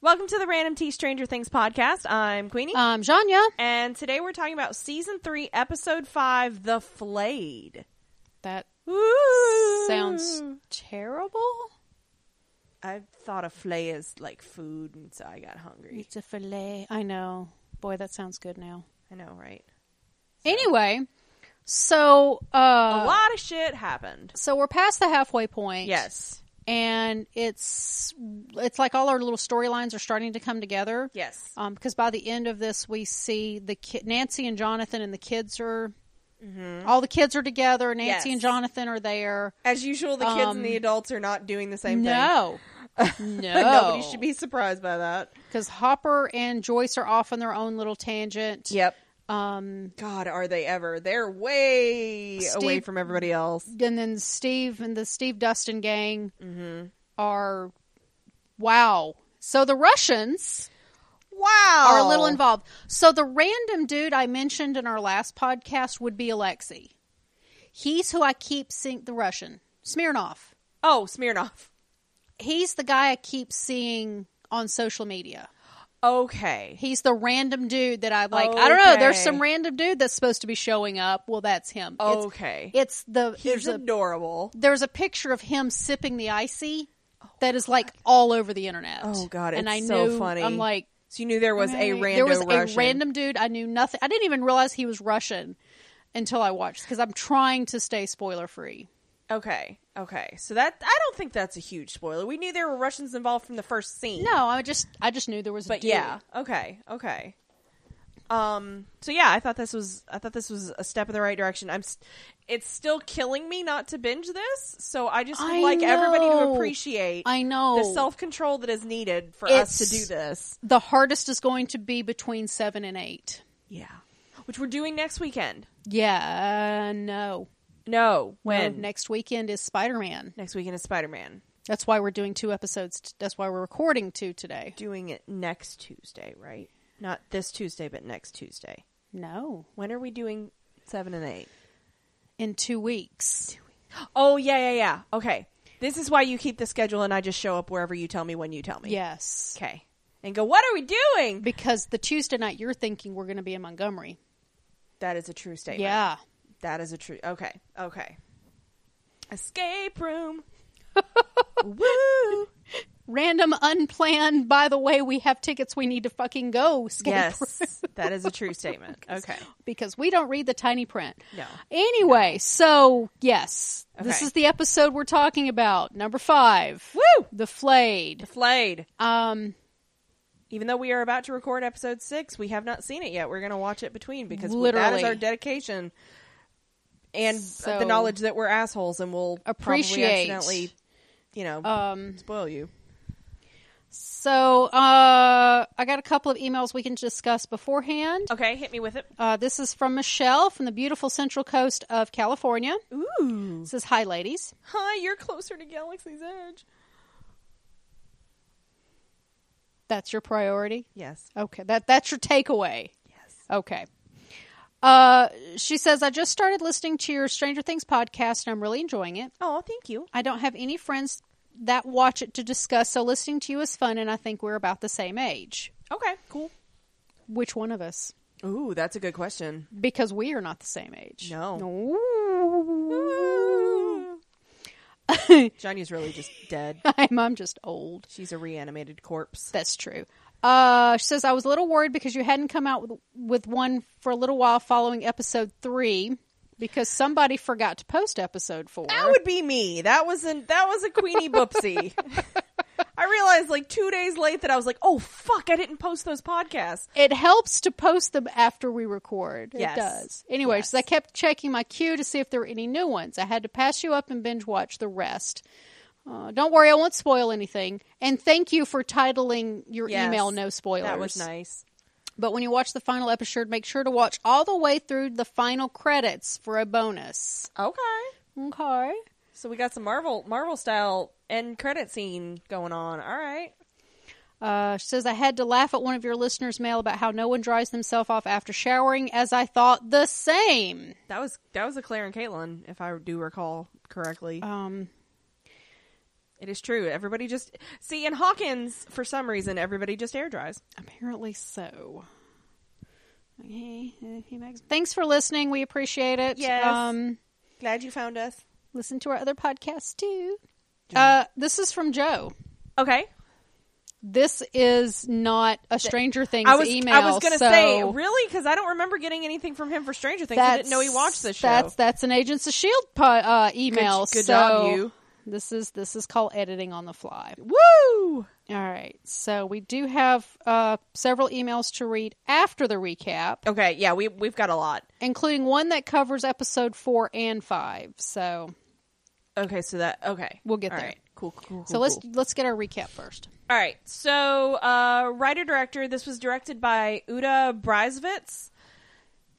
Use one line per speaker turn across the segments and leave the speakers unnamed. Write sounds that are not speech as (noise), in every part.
Welcome to the Random Tea Stranger Things podcast. I'm Queenie.
Um, Janya.
and today we're talking about season three, episode five, The Flayed.
That
Ooh.
sounds terrible.
I thought a flay is like food, and so I got hungry.
It's a fillet. I know. Boy, that sounds good now.
I know, right?
Anyway, so uh,
a lot of shit happened.
so we're past the halfway point.
Yes.
and it's it's like all our little storylines are starting to come together.
Yes.
Um, because by the end of this, we see the ki- Nancy and Jonathan and the kids are all the kids are together. Nancy
Mm-hmm. Yes.
and Jonathan are there.
As usual, the kids
Um,
and the adults are not doing the same
no, no,
thing. (laughs) Nobody should be surprised by that.
because Hopper and Joyce are off on their own little tangent.
Yep.
Um,
God, are they ever? They're way away
Steve-
from everybody else.
and then Steve and the Steve Dustin gang
Mm-hmm.
are wow. So the Russians
Wow.
are a little involved. So the random dude I mentioned in our last podcast would be Alexei. He's who I keep seeing the Russian Smirnov.
Oh, Smirnoff.
He's the guy I keep seeing on social media.
Okay.
He's the random dude that I like. I don't know. There's
Okay.
some random dude that's supposed to be showing up. Well, that's him. It's-
Okay.
It's, the
He's
there's a,
adorable.
there's a picture of him sipping the icy that is like all over the internet.
Oh, God,
and
it's
I
so
knew,
funny.
I'm like
So you knew there was a
Right.
random
There was
Russian.
a random dude. I knew nothing. I didn't even realize he was Russian until I watched because I'm trying to stay spoiler free.
Okay. Okay. So that I don't think that's a huge spoiler. We knew there were Russians involved from the first scene.
No, I just I just knew there was. a
But
dude.
yeah. Okay. Okay. Um so yeah, I thought this was I thought this was a step in the right direction. I'm s it's still killing me not to binge this, so I just would
I
like everybody to
know.
appreciate
I know
the self-control that is needed for us to
It's-
do this.
The hardest is going to be between seven and eight.
Yeah. Which we're doing next weekend.
Yeah, uh, no.
No, when
No, next weekend is Spider Man.
next weekend is Spider-Man.
That's why we're doing two episodes. t- That's why we're recording two today.
Doing it next Tuesday, right? Not this Tuesday, but next Tuesday.
No,
When are we doing seven and eight?
in two weeks.
Oh yeah, yeah, yeah. Okay. This is why you keep the schedule and I just show up wherever you tell me when you tell me.
Yes,
Okay. And go, what are we doing?
because the Tuesday night you're thinking we're going to be in Montgomery.
That is a true statement.
Yeah.
That is a true okay. Okay. Escape (laughs) room. Woo!
random unplanned by the way we have tickets we need to fucking go escape room,
Yes. That is a true statement. (laughs) Okay.
because we don't read the tiny print
No.
anyway so yes this
Okay.
is the episode we're talking about number five
Woo!
the flayed
Flayed.
um
Even though we are about to record episode six, we have not seen it yet. We're going to watch it between because that is
Literally.
our dedication and
So-
the knowledge that we're assholes and we'll
Appreciate.
probably accidentally, you know,
um
spoil you.
so uh i got a couple of emails we can discuss beforehand
Okay, hit me with it.
uh, this is from michelle from the beautiful central coast of california
Ooh,
says hi ladies
hi! You're closer to Galaxy's Edge.
that's your priority
Yes,
okay that that's your takeaway
yes.
Okay. Uh, she says, I just started listening to your Stranger Things podcast and I'm really enjoying it.
Oh, thank you.
I don't have any friends that watch it to discuss, so listening to you is fun and I think we're about the same age.
Okay, cool.
Which one of us?
Ooh, that's a good question.
Because we are not the same age.
No.
Ooh.
Johnny's really just dead.
(laughs) I'm, I'm just old.
She's a reanimated corpse.
That's true. Uh, she says, I was a little worried because you hadn't come out with, with one for a little while following episode three because somebody forgot to post episode four.
That would be me. That was an that was a Queenie (laughs) Boopsie. I realized like two days late that I was like, oh fuck, I didn't post those podcasts.
It helps to post them after we record.
Yes.
It does. Anyway,
Yes.
so I kept checking my queue to see if there were any new ones. I had to pass you up and binge watch the rest. Uh, don't worry, I won't spoil anything. And thank you for titling your
Yes.
email "No Spoilers."
That was nice.
But when you watch the final episode, make sure to watch all the way through the final credits for a bonus.
Okay.
Okay.
So we got some Marvel Marvel style end credit scene going on. All right.
Uh, she says, I had to laugh at one of your listeners' mail about how no one dries themselves off after showering, as I thought the same.
That Uh, was that was a Claire and Caitlin, if I do recall correctly.
Um,
It is true. Everybody just see in Hawkins for some reason everybody just air dries.
Apparently so. Okay, uh, he makes- Thanks for listening. We appreciate it.
Yes.
Um,
Glad you found us.
listen to our other podcasts too. Uh, this is from Joe.
Okay.
This is not a Stranger Things
I was
email.
I was gonna
so
say really because I don't remember getting anything from him for Stranger Things. I didn't know he watched this show.
That's that's an Agents of Shield po- uh, email.
good
so
job, you.
This is this is called editing on the fly.
Woo!
All right, so we do have uh, several emails to read after the recap,
Okay, yeah, we we've got a lot.
including one that covers episode four and five. So
Okay, so that okay,
We'll get
All
there.
right. Cool, cool, cool.
so let's
cool.
let's get our recap first.
All right. So, uh, writer director. This was directed by Uta Breisvitz,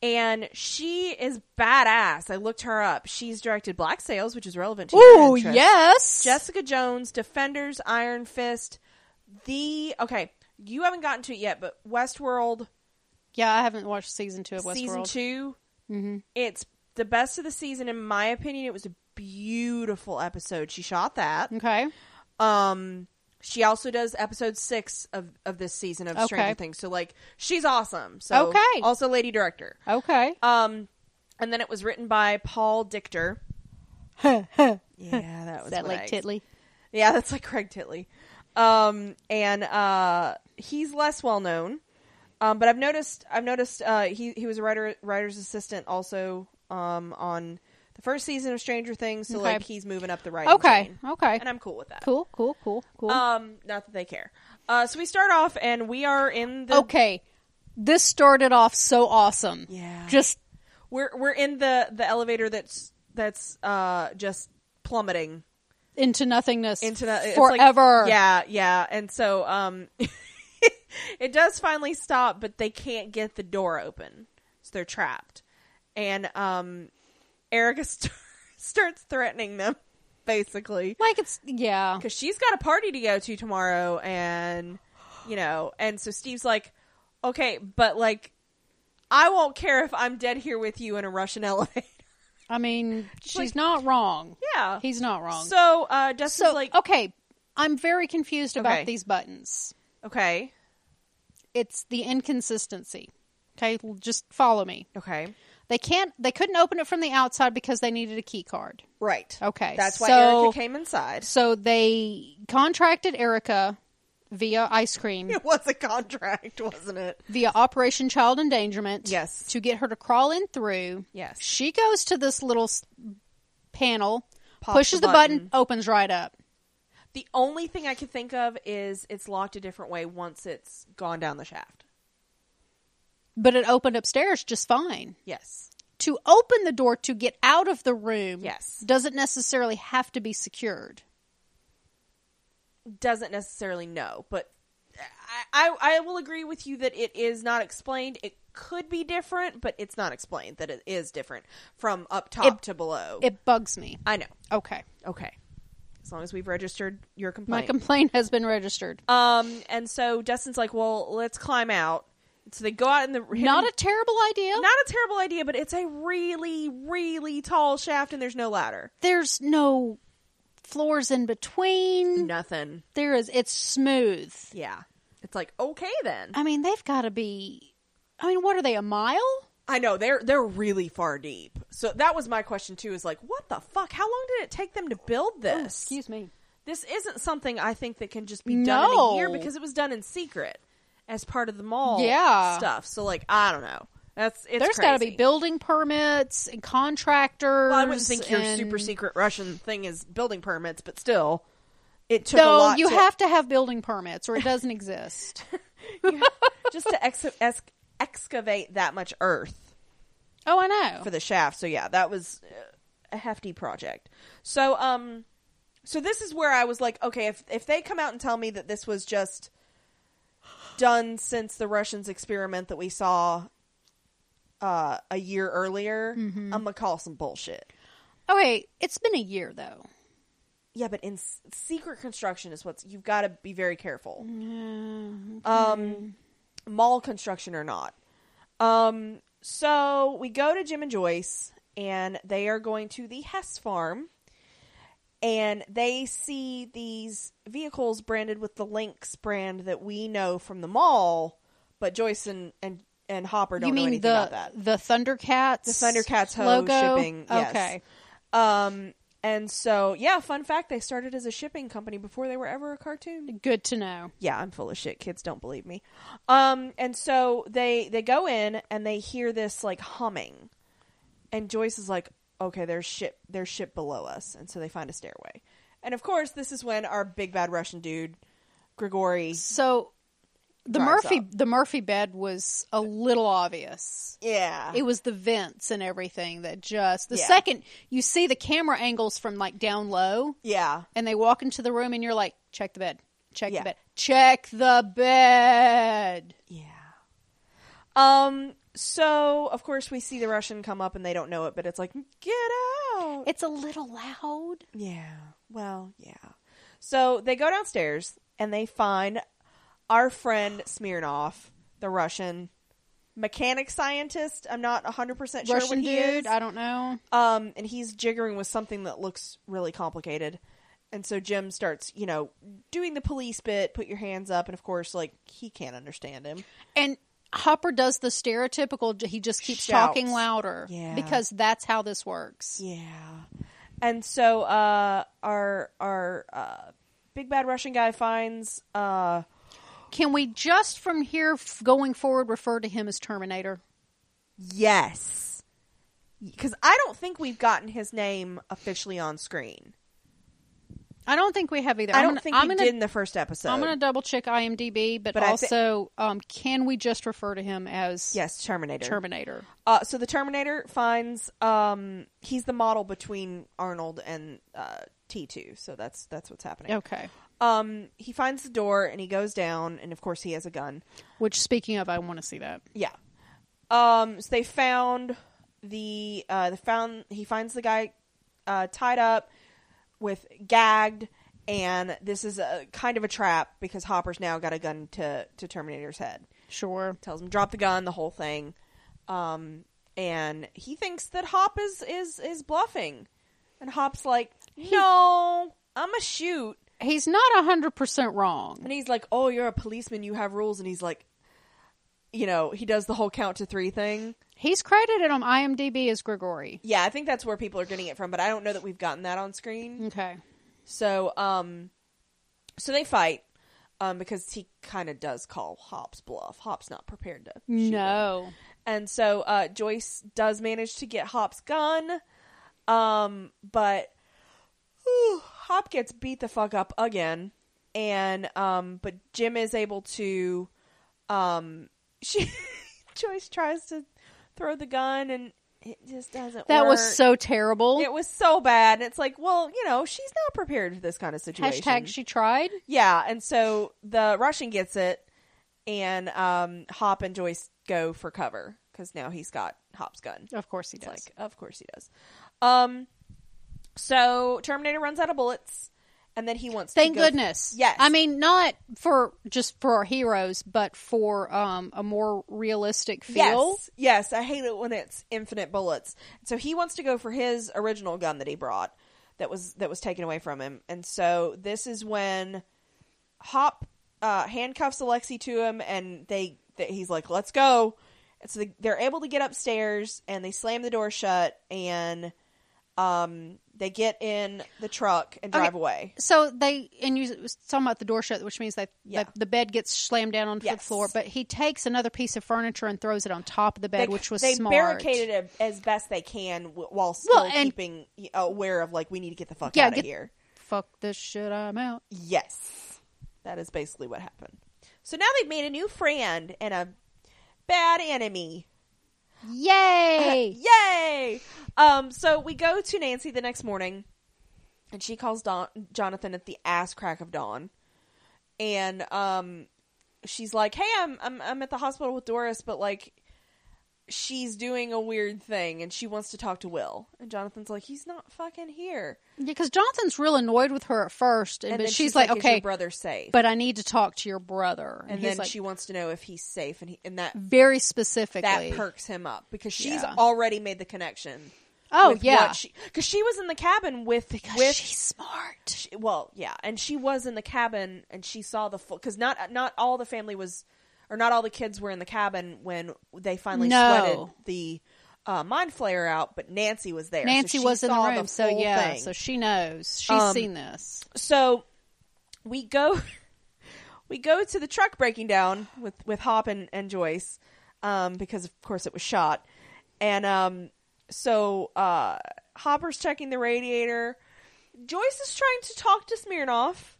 and she is badass. I looked her up. She's directed Black Sails, which is relevant to your
Ooh,
interest.
yes,
Jessica Jones, Defenders, Iron Fist, the okay. You haven't gotten to it yet, but Westworld
yeah. I haven't watched season two of Westworld.
season 2 Mm-hmm. It's the best of the season, in my opinion. It was a beautiful episode. She shot that.
Okay,
Um, she also does episode six of of this season of
Okay.
Stranger Things. So like, she's awesome. So
Okay.
also lady director.
okay.
Um, and then it was written by Paul (laughs) Dichter. (laughs) yeah, that was
Is that
what
like
I-
Titley?
Yeah, (laughs) that's like Craig Titley. Um, and uh, he's less well known. Um, but I've noticed I've noticed uh, he he was a writer writer's assistant also um on the first season of Stranger Things. So
Okay.
like he's moving up the writing.
Okay,
chain.
okay.
And I'm cool with that.
Cool, cool, cool, cool.
Um, not that they care. Uh, so we start off, and we are in the
okay, this started off so awesome.
Yeah.
just
we're we're in the the elevator that's that's uh just plummeting
into nothingness,
into the it's like-
forever.
yeah, yeah, and so um, (laughs) it does finally stop, but they can't get the door open, so they're trapped, and um, Erica (laughs) st- starts threatening them basically
like it's yeah.
because she's got a party to go to tomorrow, and you know, and so Steve's like, okay, but like, I won't care if I'm dead here with you in a Russian (laughs) elevator.
I mean, she's
like-
not wrong.
Yeah.
he's not wrong. So,
So uh, Dustin's like,
okay, I'm very confused about
Okay.
these buttons.
okay,
It's the inconsistency. Okay, l- just follow me.
okay,
They can't. They couldn't open it from the outside because they needed a key card.
right,
Okay,
That's why
so-
Erica came inside. (laughs)
So they contracted Erica via ice
(laughs)
cream
It was a contract, wasn't it?
via Operation Child Endangerment.
Yes.
To get her to crawl in through.
Yes.
She goes to this little s- panel,
Pops
pushes
the
the button.
button.
opens right up.
The only thing I could think of is it's locked a different way once it's gone down the shaft.
But it opened upstairs just fine.
Yes.
To open the door to get out of the room
Yes.
doesn't necessarily have to be secured.
Doesn't necessarily know, but I, I I will agree with you that it is not explained. It could be different, but it's not explained that it is different from up top to below.
It bugs me.
I know.
Okay.
Okay. As long as we've registered your
My
complaint.
complaint has been registered.
um and so Dustin's like, "Well, let's climb out." So they go out in the hidden
Not a terrible idea.
not a terrible idea, but it's a really, really tall shaft and there's no ladder.
There's no floors in between.
Nothing.
There is it's smooth.
Yeah. It's like, okay then.
I mean, they've got to be. I mean, what are they? A mile?
I know, they're they're really far deep. So that was my question too, is like, what the fuck? How long did it take them to build
Oh,
this?
me.
this isn't something I think that can just be done in a year
No.
because it was done in secret as part of the mall
Yeah.
stuff. So like, I don't know. That's it's
There's got to be
crazy.
building permits and contractors.
Well, I wouldn't think your
and-
super secret Russian thing is building permits, but still, it took a
No,
lot.
you
to-
have to have building permits, or it doesn't (laughs) exist.
just to ex- ex- excavate that much earth
oh, I know.
for the shaft. So yeah, that was uh, a hefty project. So um, so this is where I was like, okay, if if they come out and tell me that this was just done since the Russians experiment that we saw uh, a year earlier, I'm gonna call some bullshit.
okay, it's been a year though.
Yeah, but in s- secret construction is what's you've got to be very careful. Um, mall construction or not. Um, so we go to Jim and Joyce, and they are going to the Hess farm, and they see these vehicles branded with the Lynx brand that we know from the mall, but Joyce and and, and Hopper don't
you
know
mean
anything
the
about that.
the Thundercats? The
Thundercats ho
logo?
shipping, yes.
Okay.
Um, and so yeah, fun fact: they started as a shipping company before they were ever a cartoon.
Good to know.
yeah i'm full of shit kids don't believe me um and so they they go in and they hear this like humming and joyce is like okay there's ship there's ship below us and so they find a stairway and of course this is when our big bad russian dude grigori
So the
Drives
Murphy
up.
the Murphy bed was a little obvious.
yeah
It was the vents and everything that just the
Yeah.
second you see the camera angles from like down low
yeah
and they walk into the room and you're like, check the bed, check
Yeah.
the bed, check the bed.
yeah um so of course we see the russian come up and they don't know it but it's like get out
It's a little loud.
Yeah. Well, yeah. So they go downstairs and they find our friend Smirnov, the Russian mechanic scientist. I'm not 100% sure
Russian
what he
dude,
is.
I don't know.
Um, and he's jiggering with something that looks really complicated. And so Jim starts, you know, doing the police bit, put your hands up. And of course, like, he can't understand him.
And Hopper does the stereotypical j- he just keeps
Shouts.
talking louder
Yeah.
because that's how this works.
Yeah. And so uh, our, our uh, big bad Russian guy finds. Uh,
Can we just from here f- going forward refer to him as Terminator?
Yes. Because I don't think we've gotten his name officially on screen.
I don't think we have either.
I
I'm
don't
gonna-
think
I'm
we
gonna,
did in the first episode.
I'm going to double check IMDb, but,
But I thi-
also, um, can we just refer to him as
yes, Terminator.
Terminator?
uh, so the Terminator finds um, he's the model between Arnold and uh, T2. So that's that's what's happening.
Okay.
Um, he finds the door and he goes down, and of course he has a gun.
Which, speaking of, I want to see that.
Yeah. Um. So they found the uh. They found he finds the guy uh, tied up with gagged, and this is a kind of a trap because Hopper's now got a gun to to Terminator's head.
Sure.
Tells him drop the gun, the whole thing. Um. And he thinks that Hop is is is bluffing, and Hop's like, no, I'm a shoot.
He's not 100% wrong.
And he's like, "Oh, you're a policeman. You have rules." And he's like, you know, he does the whole count to three thing.
He's credited on IMDb as Grigori.
Yeah, I think that's where people are getting it from, but I don't know that we've gotten that on screen.
Okay.
So, um, so they fight, um, because he kind of does call Hop's bluff. Hop's not prepared to shoot him.
No.
and so uh, Joyce does manage to get Hop's gun, um, but whew, Hop gets beat the fuck up again, and um, but Jim is able to, um, (laughs) she Joyce tries to throw the gun and it just doesn't.
That was
work.
so terrible.
It was so bad. And it's like, well, you know, she's not prepared for this kind of situation.
Hashtag she tried.
yeah. And so the Russian gets it, and um, Hop and Joyce go for cover because now he's got Hop's gun.
Of course he
It's
does.
like, of course he does. Um, so Terminator runs out of bullets, and then he wants.
Thank
to go
goodness.
Yes.
I mean, not for just for our heroes, but for um, a more realistic feel.
Yes, yes, I hate it when it's infinite bullets. So he wants to go for his original gun that he brought, that was that was taken away from him. And so this is when Hop uh, handcuffs Alexi to him, and they, they he's like, "Let's go." And so they, they're able to get upstairs, and they slam the door shut, and um, they get in the truck and drive
Okay.
away.
So they and you was talking about the door shut, which means that
Yeah.
that the bed gets slammed down onto the
Yes.
floor. But he takes another piece of furniture and throws it on top of the bed,
They-
which was
they
smart.
barricaded it as best they can w- while still
Well, and-
keeping aware of like we need to get the fuck
Yeah,
out
get-
of here.
Fuck this shit! I'm out.
Yes. That is basically what happened. So now they've made a new friend and a bad enemy.
Yay!
Yay! Um, so we go to Nancy the next morning, and she calls Don- Jonathan at the ass crack of dawn, and um, she's like, "Hey, I'm I'm I'm at the hospital with Doris, but like, she's doing a weird thing, and she wants to talk to Will." And Jonathan's like, "He's not fucking here."
Because Jonathan's real annoyed with her at first, and,
And
but
then
she's, like,
"Is
"Okay,
your brother safe?"
but I need to talk to your brother."
and
he's
then
like,
she wants to know if he's safe, and he, and that
very specifically.
that perks him up because she's
Yeah.
already made the connection.
Oh,
with
yeah.
what she, because she was in the cabin with
Because
with
she's smart.
she- well, yeah, and she was in the cabin and she saw the full because not not all the family was, or not all the kids were in the cabin when they finally
No.
sweated the uh, mind flayer out, but Nancy was there. so
Nancy
she
was in the
saw
room, so
full
yeah,
thing.
so she knows. She's
Um,
seen this.
so we go (laughs) we go to the truck breaking down with with hop and, and joyce um because of course it was shot and um so uh hopper's checking the radiator joyce is trying to talk to smirnoff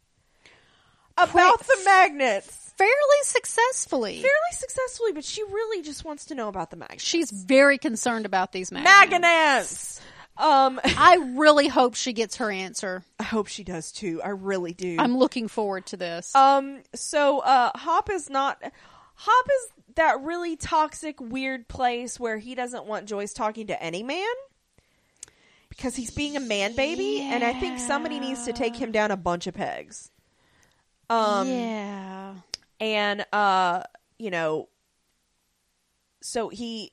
about the magnets
Fairly successfully.
fairly successfully but she really just wants to know about the magnets
she's very concerned about these magnets.
magnets um (laughs)
I really hope she gets her answer.
i hope she does too i really do
I'm looking forward to this.
Um. So, uh, Hop is not. Hop is that really toxic, weird place where he doesn't want Joyce talking to any man because he's being a man baby, and I think somebody needs to take him down a bunch of pegs. Um.
yeah.
And uh, you know. So he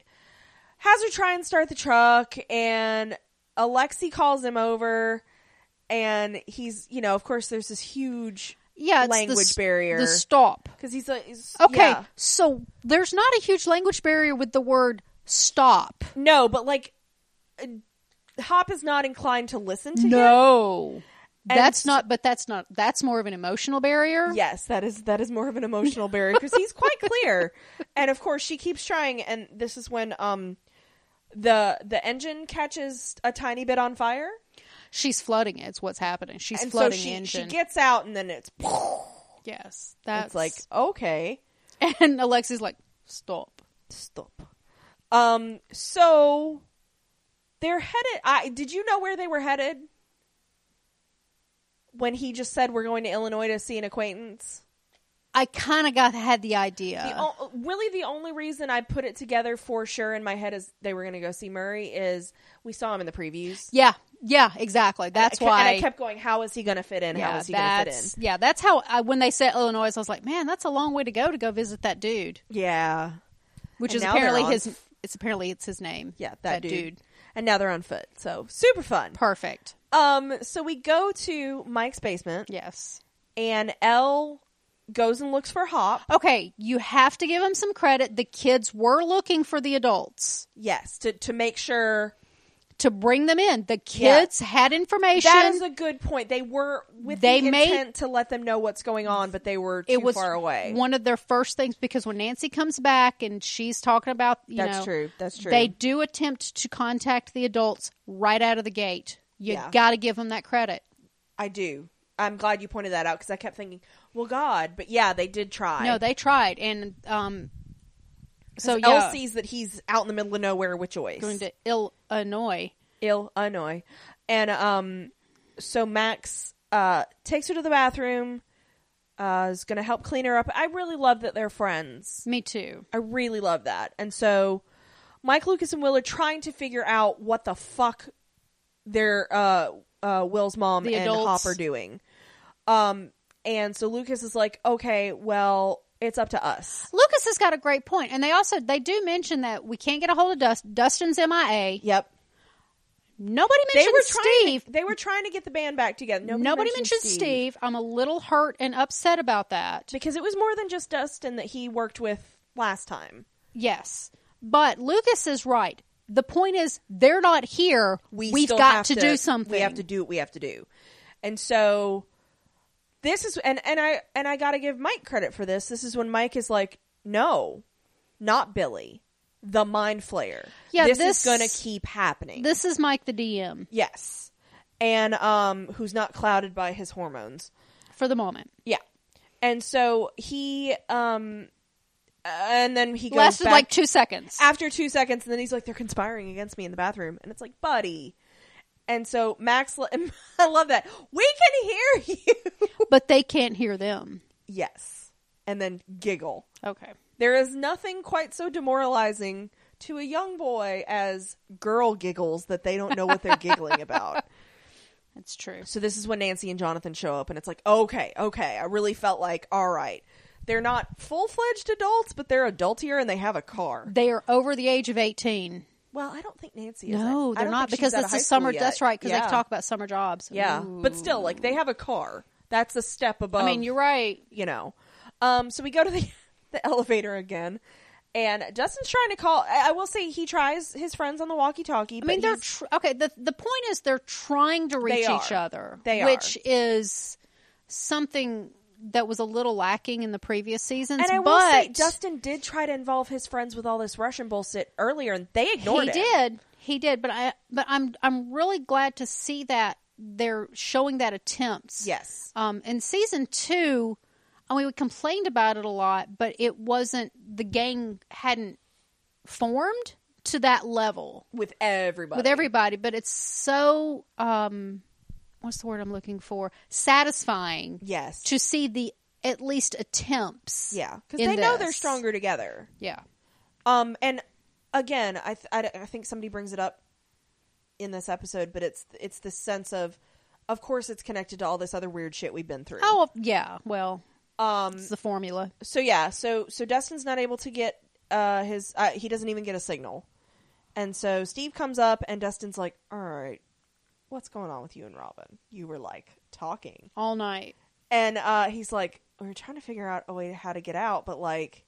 has her try and start the truck, and Alexi calls him over. And he's, you know, of course, there's this huge
Yeah, it's
language
the, s-
barrier.
The stop.
Because he's like, he's-
Okay,
yeah.
so there's not a huge language barrier with the word stop.
no, but like, uh, Hop is not inclined to listen to him.
No.
And-
That's not, but that's not, that's more of an emotional barrier.
Yes, that is that is more of an emotional barrier because he's
(laughs)
quite clear, and of course she keeps trying, and this is when um the the engine catches a tiny bit on fire,
She's flooding it, it's what's happening. She's
and so
flooding
she
the engine.
she gets out, and then it's
yes.
it's
That's
like okay,
and Alexi's like, stop.
stop. Um, so they're headed. I did you know where they were headed when he just said we're going to Illinois to see an acquaintance?
I kind of got had the idea.
The o- really, the only reason I put it together for sure in my head is they were going to go see Murray. Is we saw him in the previews.
yeah, yeah, exactly. That's
I ke-
why.
And I kept going, how is he going to fit in?
yeah,
how is he going to
that's-
fit
yeah, that's how. I, when they said Illinois, I was like, man, that's a long way to go to go visit that dude,
in? Yeah,
which
And
is
now they're
apparently
on
his. It's apparently it's his name.
yeah, that, dude. And now they're on foot, so super fun.
Perfect.
Um, so we go to Mike's basement,
Yes.
and Elle goes and looks for Hop.
Okay, you have to give him some credit. The kids were looking for the adults
Yes, to to make sure
to bring them in. The
Yeah.
kids had information.
that is a good point. They were with
They
the
made-
intent to let them know what's going on, but they were too
it was
far away.
one of their first things because when Nancy comes back and she's talking about you
That's
know,
true. That's true.
They do attempt to contact the adults right out of the gate. You
Yeah.
got to give them that credit.
I do. I'm glad you pointed that out because I kept thinking, well, God, but yeah, they did try.
No, they tried, and um, so
Elle
yeah,
sees that he's out in the middle of nowhere with Joyce,
going to Illinois.
Illinois, and um, so Max uh takes her to the bathroom. Uh, is going to help clean her up. I really love that they're friends.
Me too.
I really love that. And so Mike Lucas and Will are trying to figure out what the fuck their uh, uh, Will's mom
The
and
adults.
Hop are doing. Um, and so Lucas is like, okay, well, it's up to us.
Lucas has got a great point, and they also they do mention that we can't get a hold of Dust. Dustin's MIA.
Yep.
Nobody
They
mentions
were trying.
Steve.
They were trying to get the band back together. Nobody,
Nobody, mentions Steve. I'm a little hurt and upset about that.
because it was more than just Dustin that he worked with last time.
Yes, but Lucas is right. The point is, they're not here.
we
have
still
got
have
to, do something.
We have to do what we have to do. And so this is and and I and I got to give Mike credit for this. This is when Mike is like, "No, not Billy, the mind flayer.
Yeah,
this, is
this-
going to keep happening."
This is Mike the DM
yes. And um who's not clouded by his hormones.
for the moment.
Yeah. And so he um and then he goes
Lasted
back
like two seconds.
after two seconds, and then he's like, "They're conspiring against me in the bathroom," and it's like, "Buddy." And so Max, (laughs) I love that we can hear (laughs) you.
but they can't hear them.
yes, and then giggle.
Okay.
There is nothing quite so demoralizing to a young boy as girl giggles that they don't know what they're (laughs) giggling about.
That's true.
So this is when Nancy and Jonathan show up, and it's like, okay, okay. I really felt like, all right, they're not full fledged adults, but they're adultier, and they have a car.
They are over the age of 18.
Well, I don't think Nancy. is. it.
No,
I
they're
don't
not
think
because
she's out of
it's a
high school
summer.
yet.
That's right because
Yeah.
they talk about summer jobs.
Yeah,
Ooh.
but still, like they have a car. That's a step above.
I mean, you're right.
you know. Um, so we go to the (laughs) the elevator again, and Dustin's trying to call. I, I will say he tries his friends on the walkie-talkie.
I mean, they're tr- okay. The the point is they're trying to reach
They
each
are.
other,
They are.
which is something that was a little lacking in the previous seasons.
and I
but
will say Dustin did try to involve his friends with all this Russian bullshit earlier, and they ignored
he
it.
did, he did. But I but I'm I'm really glad to see that they're showing that attempts.
Yes.
Um, in season two, I mean, we complained about it a lot, but it wasn't the gang hadn't formed to that level.
with everybody.
with everybody, but it's so um what's the word I'm looking for? Satisfying
yes,
to see the at least attempts.
yeah, because
in
they know they're
this.
stronger together.
Yeah.
Um, and again, I, th- I I think somebody brings it up in this episode, but it's it's the sense of, of course, it's connected to all this other weird shit we've been through.
Oh yeah, well,
um,
it's the formula.
so yeah, so so Dustin's not able to get uh his uh, he doesn't even get a signal, and so Steve comes up and Dustin's like, all right, what's going on with you and Robin? You were like talking,
All night.
and uh, he's like, we are trying to figure out a way to how to get out, but like,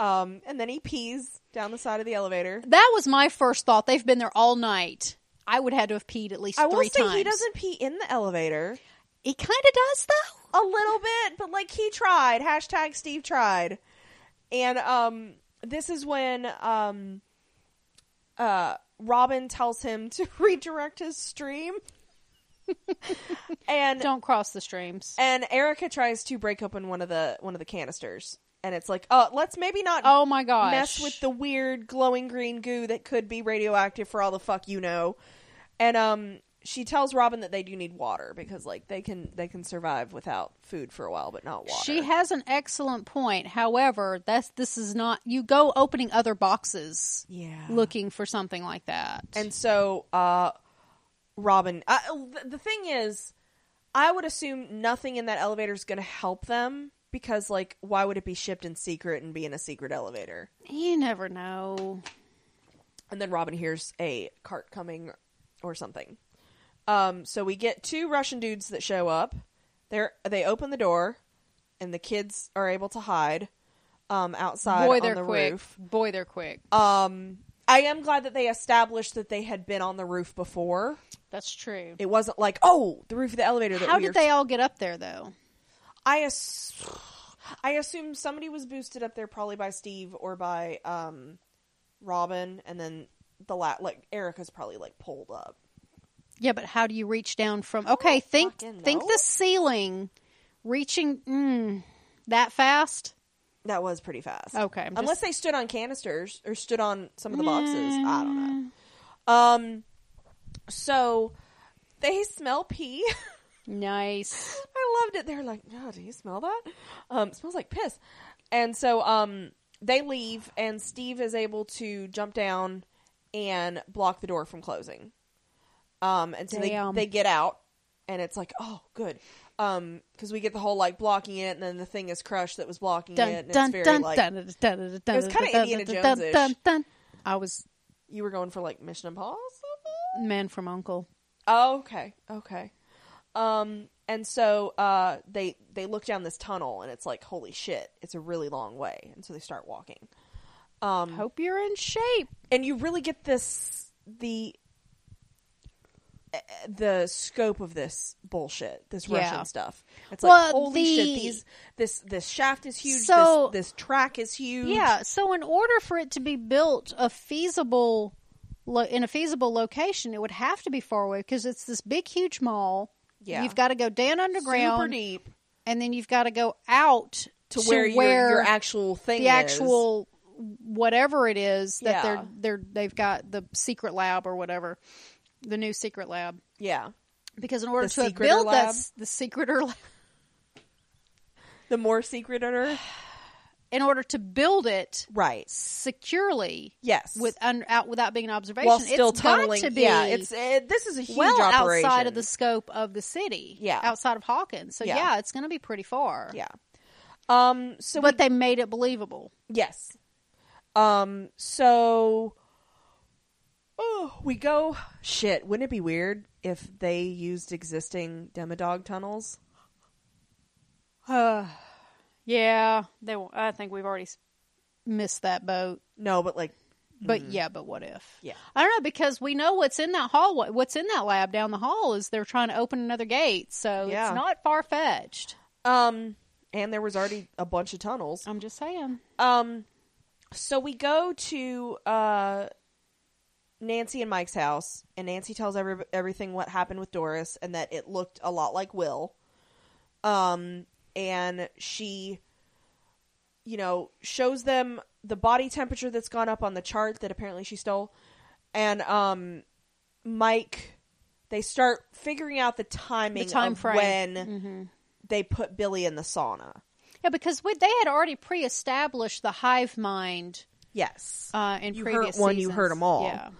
um, and then he pees down the side of the elevator.
That was my first thought. They've been there all night. I would have to have peed at least
I will
three
say
times.
he doesn't pee in the elevator
He kind of does though.
a little bit, but like he tried. Hashtag Steve tried, and um, this is when um, uh, Robin tells him to (laughs) redirect his stream, (laughs) and
Don't cross the streams.
and Erica tries to break open one of the one of the canisters, and it's like, oh, let's maybe not
Oh my gosh.
mess with the weird glowing green goo that could be radioactive for all the fuck you know. And um she tells Robin that they do need water because like they can they can survive without food for a while but not water.
She has an excellent point. However, that's this is not you go opening other boxes
Yeah.
looking for something like that.
and so uh Robin uh, th- the thing is I would assume nothing in that elevator is going to help them because like why would it be shipped in secret and be in a secret elevator?
you never know.
and then Robin hears a cart coming or something. Um, so we get two Russian dudes that show up. They are they open the door, and the kids are able to hide um, outside
Boy,
on
they're
the
quick.
roof.
Boy, they're quick.
Um, I am glad that they established that they had been on the roof before.
That's true.
It wasn't like oh, the roof of the elevator. That
How
we
did
are-
they all get up there though?
I ass- I assume somebody was boosted up there probably by Steve or by um, Robin, and then the la- like Erica's probably like pulled up.
Yeah, but how do you reach down from? Okay, think
Oh, fucking
think
know.
the ceiling, reaching mm, that fast.
That was pretty fast.
Okay, I'm
Unless
just-
they stood on canisters or stood on some of the boxes. I
Mm.
don't know. Um so they smell pee. (laughs)
Nice.
I loved it. They're like, "No, do you smell that? Um it smells like piss." And so um they leave and Steve is able to jump down and block the door from closing. Um and so
Damn.
they they get out and it's like, "Oh, good." Um cuz we get the whole like blocking it and then the thing is crushed that was blocking it
Dun
and
dun
it's very
dun
like
dun dun dun dun.
was kinda
dun,
Indiana
dun, dun,
Jones-ish.
dun, dun. I was
You were going for like Mission Impossible?
man from Uncle.
Oh, okay. Okay. Um and so uh they they look down this tunnel and it's like holy shit, it's a really long way. And so they start walking. Um
Hope you're in shape.
and you really get this the eh, the scope of this bullshit, this
Yeah.
Russian stuff. It's like
Well,
holy
the-
shit, these this this shaft is huge,
So-
this this track is huge.
Yeah. So in order for it to be built a feasible lo- in a feasible location, it would have to be far away because it's this big, huge mall.
Yeah.
You've got to go down
super
underground,
deep
and then you've got to go out
to, where, your, your actual thing
the
is.
actual whatever it is that
Yeah.
they're they're they've got the secret lab or whatever, the new secret lab.
Yeah.
Because in order
The
to have
secreter
built
lab?
that s- the secreter (laughs) lab.
The more secret on earth.
in order to build it
(sighs) Right.
securely
Yes.
with un, out without being an observation
while still
it's
tunneling.
got to be
yeah, it's it, this is a huge
well
operation.
outside of the scope of the city
Yeah.
outside of hawkins so
Yeah.
yeah, it's going to be pretty far
yeah. Um. So
but they made it believable
yes. Um. So Oh, we go. Shit, wouldn't it be weird if they used existing Demodog tunnels?
Uh, yeah, they. won't- I think we've already s- missed that boat.
No, but like,
But
Mm-hmm.
yeah, but what if?
Yeah.
I don't know because we know what's in that hallway. What's in that lab down the hall is they're trying to open another gate, so
Yeah.
it's not far fetched.
um, and there was already a bunch of tunnels.
I'm just saying.
Um, so we go to uh, Nancy and Mike's house, and Nancy tells every- everything what happened with Doris, and that it looked a lot like Will. Um, and she, you know, shows them the body temperature that's gone up on the chart that apparently she stole, and um, Mike. They start figuring out the timing
time
of
frame.
when they put Billy in the sauna.
Yeah, because we, they had already pre-established the hive mind
Yes.
uh, in
You hurt
previous
one, you
seasons.
hurt 'em all.
Yeah.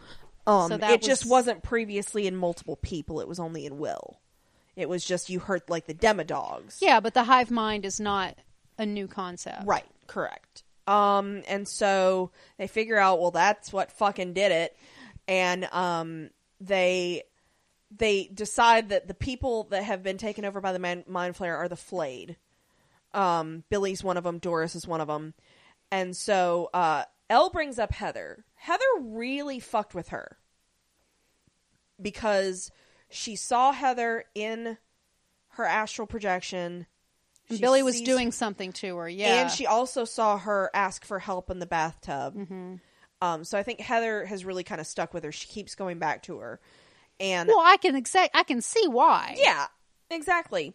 Um,
So that
it just
was-
wasn't previously in multiple people. It was only in Will. It was just you hurt like the demodogs.
Yeah, but the hive mind is not a new concept.
Right. Correct. Um, and so they figure out, well, that's what fucking did it, and um, they they decide that the people that have been taken over by the man- mind flayer are the flayed. Um, Billy's one of them. Doris is one of them, and so uh, Elle brings up Heather. Heather really fucked with her because she saw Heather in her astral projection.
And
She
Billy was
sees
doing something to her. Yeah.
and she also saw her ask for help in the bathtub.
Mm-hmm.
Um, so I think Heather has really kind of stuck with her. She keeps going back to her, and
Well, I can exact. I can see why.
yeah, exactly.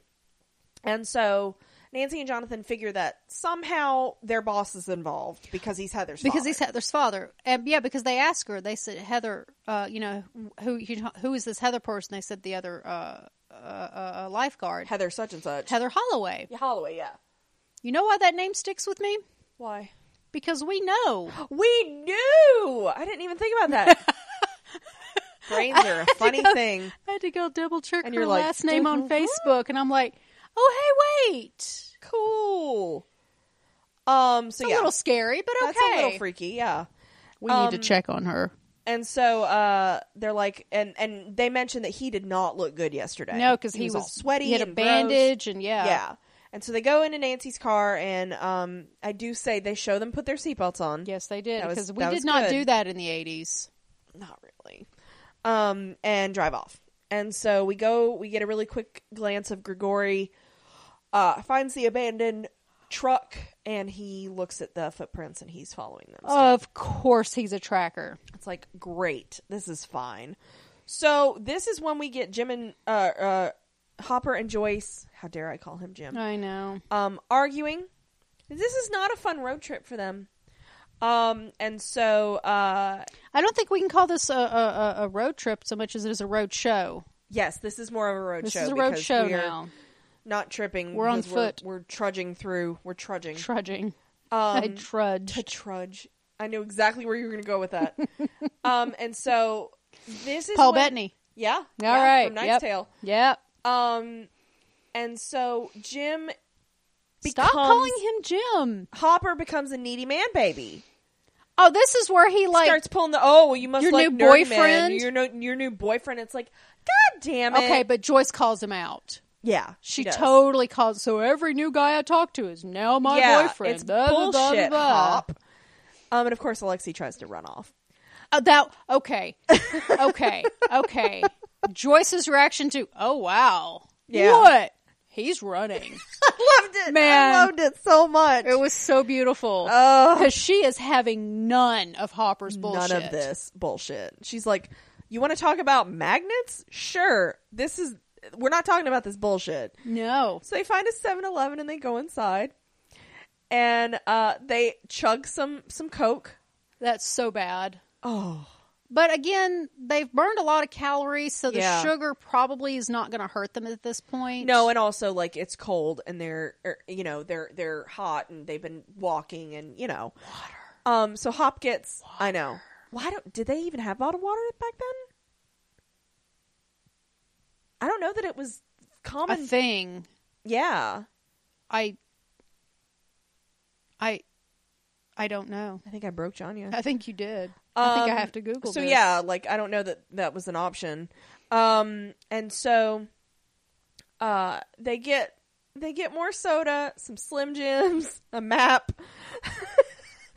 And so Nancy and Jonathan figure that somehow their boss is involved because he's Heather's
Because
father.
he's Heather's father, and yeah, because they asked her. They said, "Heather, uh, you know who you, who is this Heather person?" They said the other uh, uh, uh, lifeguard,
Heather such and such.
Heather Holloway.
Yeah, Holloway, yeah.
You know why that name sticks with me?
Why?
Because we know.
We knew. I didn't even think about
(laughs)
that. Brains are a funny thing.
(gasps) I had to go double check
And
her
you're like,
last name on
"What?"
Facebook, and I'm like, "Oh, hey, wait."
Cool. Um. So
It's a
yeah,
little scary, but okay. Um,
that's a little freaky. Yeah.
We need to check on her.
And so uh, they're like, and and they mentioned that he did not look good yesterday.
No, because he, was,
all sweaty,
He had a
and gross.
bandage, and yeah,
Yeah, and so they go into Nancy's car, and um, I do say they show them put their seatbelts on.
Yes, they did
That was-
because we
that was
did not
good.
do that in the eighties.
not really. Um, and drive off. And so we go. We get a really quick glance of Grigori. Uh, finds the abandoned truck, and he looks at the footprints, and he's following
Oh,
them. So
Of course, he's a tracker.
It's like, great, this is fine. So this is when we get Jim and uh, uh, Hopper and Joyce. How dare I call him Jim?
I know.
Um, arguing. This is not a fun road trip for them. Um, and so uh,
I don't think we can call this a, a, a- a road trip so much as it is a road show.
yes, this is more of a road
This
show.
is a road
because
show
we are
now.
Not tripping.
We're on
because
foot.
We're, trudging through. We're trudging.
Trudging. I
Um,
trudge.
to trudge. I knew exactly where you were going to go with
(laughs)
that. um, and so this is
Paul
when-
Bettany.
Yeah. All
All right.
From Knight's
yep.
Tale.
Yep.
Um, and so Jim
Stop calling
becomes-
him Jim.
Hopper becomes a needy man baby.
Oh, this is where he like.
Starts pulling the oh well, you must
Your
like
new
nerdy men,
boyfriend?
your no, your new boyfriend. It's like God damn it.
okay, but Joyce calls him out.
yeah,
She
does.
totally calls. So every new guy I talk to is now my
yeah,
boyfriend.
It's
Blah, blah,
bullshit,
blah, blah, blah.
Hop. Um, and of course Alexi tries to run
(laughs)
off.
Uh, that okay, okay, okay. Joyce's reaction to oh wow,
Yeah.
what he's running.
I loved it,
Man.
I loved it so much.
It was so beautiful
Ugh.
because she is having none of Hopper's bullshit.
Oh. None of this bullshit. She's like, you want to talk about magnets? Sure. This is we're not talking about this bullshit.
No,
So they find a 7-Eleven and they go inside, and uh, they chug some some Coke.
that's so bad.
Oh,
But again, they've burned a lot of calories, so the
Yeah.
sugar probably is not going to hurt them at this point.
no, and also like it's cold and they're er, you know they're they're hot and they've been walking and you know water. Um, so Hop gets I know. Why don't did they even have bottled water back then? I don't know that it was
a
common.
thing.
yeah,
I, I, I don't know.
I think I broke Janya.
I think you did. I think I have to Google.
Um, So
this.
yeah, like I don't know that that was an option. Um, and so, uh, they get they get more soda, some Slim Jims, (laughs) a map,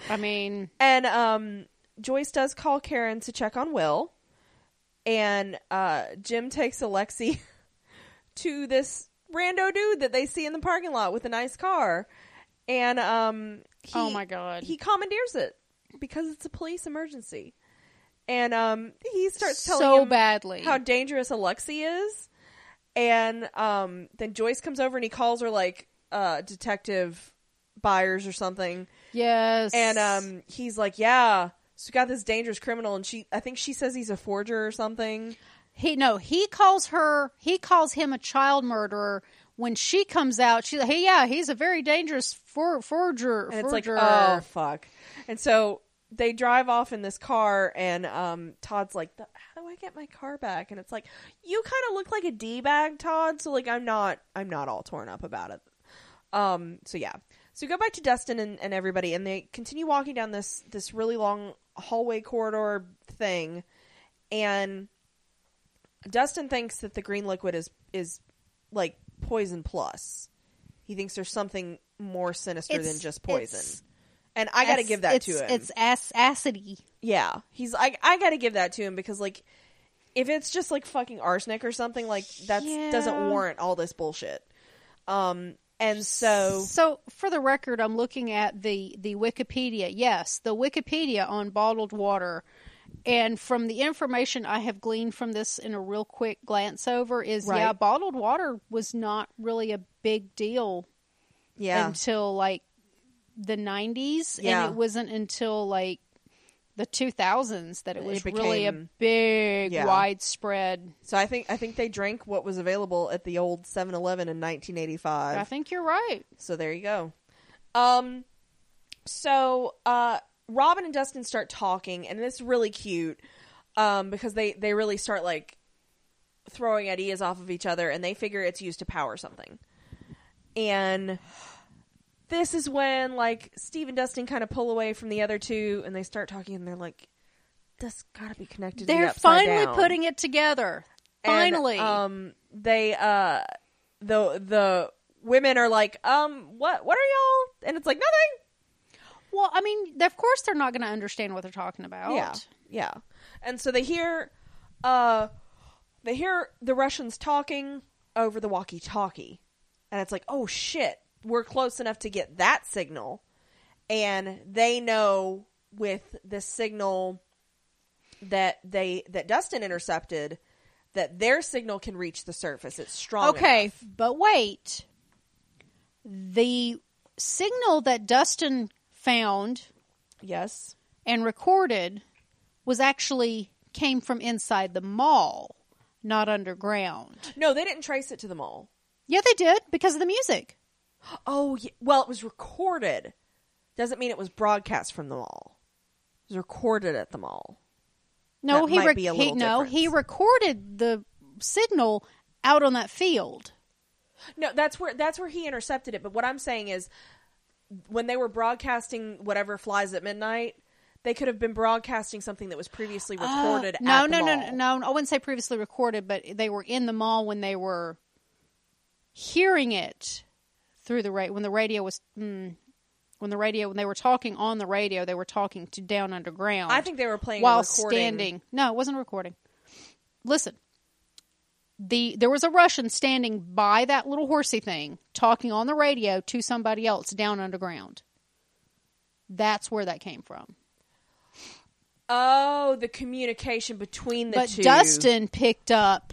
I mean,
and um, Joyce does call Karen to check on Will, and uh, Jim takes Alexi (laughs) to this rando dude that they see in the parking lot with a nice car, and um, he,
oh my god,
he commandeers it because it's a police emergency. And um, he starts telling
so
him
badly.
how dangerous Alexi is. And um, then Joyce comes over and he calls her like uh, detective buyers or something.
yes,
And um, he's like, "Yeah, so we got this dangerous criminal." And she, I think she says he's a forger or something.
he no, he calls her. He calls him a child murderer. When she comes out, she's like, "Hey, yeah, he's a very dangerous for, forger."
And it's like,
forger.
"Oh fuck!" And so they drive off in this car, and um, Todd's like, "The- "How do I get my car back?" And it's like, "You kind of look like a d bag, Todd." So like, I'm not, I'm not all torn up about it. Um, so yeah. So we go back to Dustin and, and everybody, and they continue walking down this this really long hallway corridor thing, and Dustin thinks that the green liquid is is like poison plus. He thinks there's something more sinister
It's-
than just poison,
it's-
and I got to
Ac-
give that to
it's-
him.
It's ac- acidy.
yeah, he's I I got to give that to him because like if it's just like fucking arsenic or something like that
Yeah.
doesn't warrant all this bullshit. Um, and so
So for the record, I'm looking at the the Wikipedia. Yes, the Wikipedia on bottled water. And from the information I have gleaned from this in a real quick glance over is
Right.
yeah, bottled water was not really a big deal
yeah,
until like the 90s
Yeah.
and it wasn't until like the 2000s that it was
It
really a
became-
big
Yeah.
widespread.
So I think I think they drank what was available at the old 7-Eleven in 1985.
I think you're right.
So there you go. Um so uh Robin and Dustin start talking and it's really cute um because they they really start like throwing ideas off of each other and they figure it's used to power something. And this is when like Steve and Dustin kind of pull away from the other two and they start talking and they're like that's got to be connected to the
They're
upside
finally
down."
putting it together.
And,
Finally.
um, they uh, the the women are like, um, what what are y'all? And it's like nothing.
Well, I mean, of course they're not going to understand what they're talking about.
Yeah, yeah. And so they hear, uh, they hear the Russians talking over the walkie-talkie, and it's like, oh shit, we're close enough to get that signal, and they know with the signal that they that Dustin intercepted that their signal can reach the surface. It's strong.
Okay,
enough.
but wait. The signal that Dustin found
Yes.
and recorded was actually came from inside the mall, not underground.
No, they didn't trace it to the mall.
Yeah, they did because of the music.
Oh, yeah. well, it was recorded. Doesn't mean it was broadcast from the mall. It was recorded at the mall.
No,
That
he,
might
re-
be a
he
little
no, he
difference.
recorded the signal out on that field.
No, that's where that's where he intercepted it. But what I'm saying is, when they were broadcasting whatever flies at midnight, they could have been broadcasting something that was previously recorded.
Ah, no,
at the
no, no,
mall.
no, no. I wouldn't say previously recorded, but they were in the mall when they were hearing it through the radio. When the radio was, mm, when the radio, when they were talking on the radio, they were talking to down underground.
I think they were playing a
while
recording.
standing. No, it wasn't a recording. Listen, the there was a Russian standing by that little horsey thing, talking on the radio to somebody else down underground. That's where that came from.
Oh, the communication between the
but
two.
Dustin picked up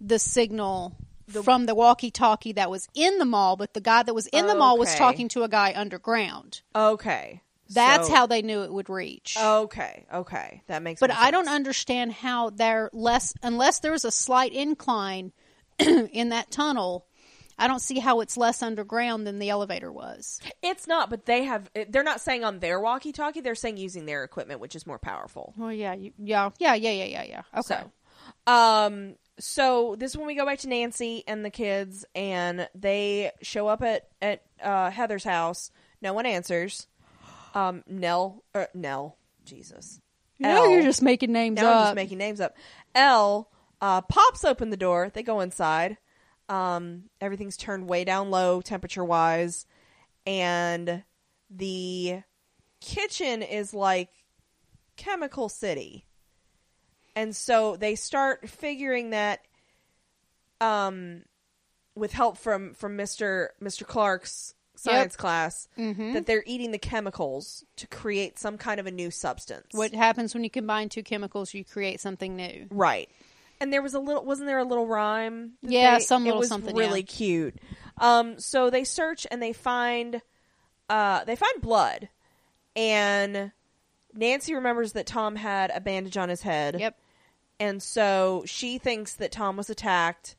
the signal from the walkie-talkie that was in the mall, but the guy that was in the mall was
Okay.
talking to a guy underground.
Okay,
That's
So- Oh,
how they knew it would reach.
Okay, okay, that makes.
but
more
I don't
sense.
understand how they're less unless there's a slight incline (clears throat) in that tunnel. I don't see how it's less underground than the elevator was.
It's not, but they have. eh, They're not saying on their walkie-talkie. They're saying using their equipment, which is more powerful.
Well, yeah, you, yeah, yeah, yeah, yeah, yeah, yeah. Okay.
So, um, so this is when we go back to Nancy and the kids, and they show up at at uh, Heather's house. No one answers. um, Nell, er, Nell, Jesus.
You know you're
Elle-
just making names
now I'm
up.
just making names up. L uh, pops open the door. They go inside. Um, everything's turned way down low temperature wise, and the kitchen is like chemical city. And so they start figuring that, um, with help from from Mister Mister Clark's science class,
Mm-hmm.
that they're eating the chemicals to create some kind of a new substance.
what happens when you combine two chemicals? You create something new.
Right. And there was a little, wasn't there a little rhyme? that
Yeah, some
it
little
was
something,
Really
yeah.
cute. Um, so they search and they find, uh, they find blood, and Nancy remembers that Tom had a bandage on his head.
Yep.
And so she thinks that Tom was attacked,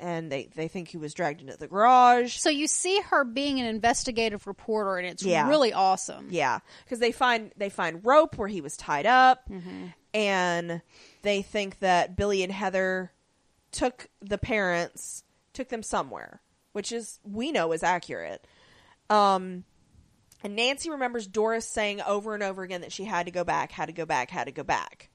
and they they think he was dragged into the garage.
So you see her being an investigative reporter, and it's
Yeah.
really awesome.
Yeah, because they find they find rope where he was tied up, and they think that Billy and Heather took the parents took them somewhere, which is we know is accurate. Um, and Nancy remembers Doris saying over and over again that she had to go back, had to go back, had to go back,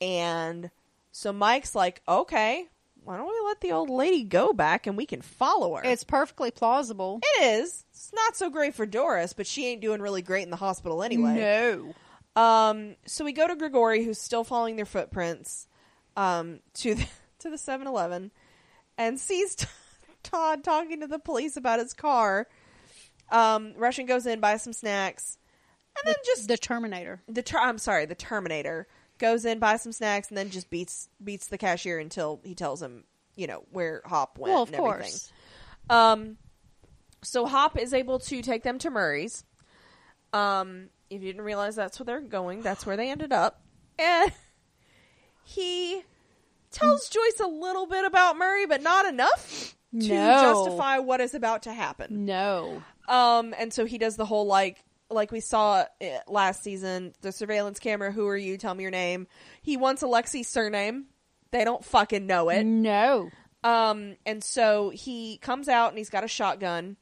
and so Mike's like, okay. Why don't we let the old lady go back and we can follow her?
It's perfectly plausible.
It is. It's not so great for Doris, but she ain't doing really great in the hospital anyway.
No.
Um, so we go to Grigori, who's still following their footprints, um, to the, (laughs) to the 7-Eleven, and sees T- (laughs) Todd talking to the police about his car. Um, Russian goes in, buys some snacks, and then just
The Terminator.
the ter- I'm sorry, the Terminator goes in, buys some snacks, and then just beats beats the cashier until he tells him, you know, where Hop went
Well, of
and everything.
course.
Um, so Hop is able to take them to Murray's. Um, if you didn't realize that's where they're going, that's where they ended up. And (laughs) he tells Joyce a little bit about Murray, but not enough to
No.
justify what is about to happen.
No.
Um, and so he does the whole like like we saw eh, last season, the surveillance camera. Who are you? Tell me your name. He wants Alexi's surname. They don't fucking know it.
No.
Um, and so he comes out and he's got a shotgun.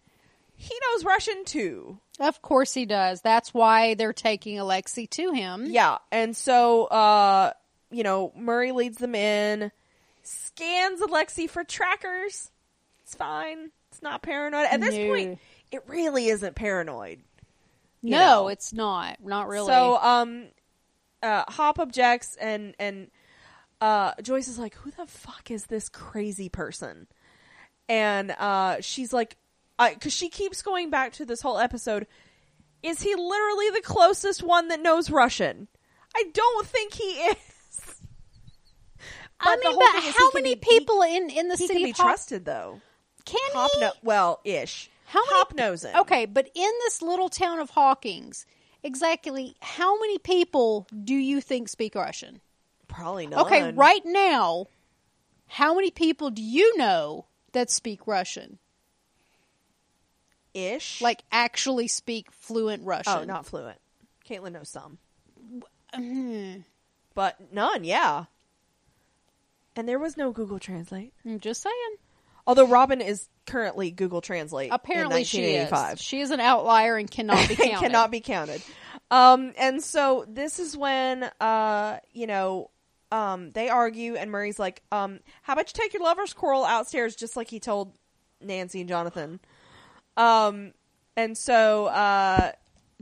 He knows Russian too.
Of course he does. That's why they're taking Alexi to him.
Yeah. And so, uh, you know, Murray leads them in, scans Alexi for trackers. It's fine. It's not paranoid. At this
No.
point, it really isn't paranoid. you
no,
know.
it's not. Not really.
So, um, uh, Hop objects and, and, uh, Joyce is like, who the fuck is this crazy person? And, uh, she's like, I, cause she keeps going back to this whole episode. Is he literally the closest one that knows Russian? I don't think he is.
I
the
mean,
whole
but
thing is he
how
can
many
be- he-
people in in the
He
city
can be
of Hop-
trusted though.
Can
Hop,
he?
no, well, ish.
How many-
Hop knows it.
Okay, but in this little town of Hawkins, exactly how many people do you think speak Russian?
Probably not.
Okay, right now, how many people do you know that speak Russian?
Ish.
Like actually speak fluent Russian?
Oh, not fluent. Caitlin knows some.
mm.
But none, yeah. And there was no Google Translate.
I'm just saying.
Although Robin is currently Google Translate. in
Apparently, she is.
1985.
She is an outlier and (laughs) cannot be
(laughs)
counted.
cannot be counted. Um, and so this is when, uh, you know, um, they argue, and Murray's like, um, "How about you take your lover's quarrel outstairs, just like he told Nancy and Jonathan." Um, and so uh,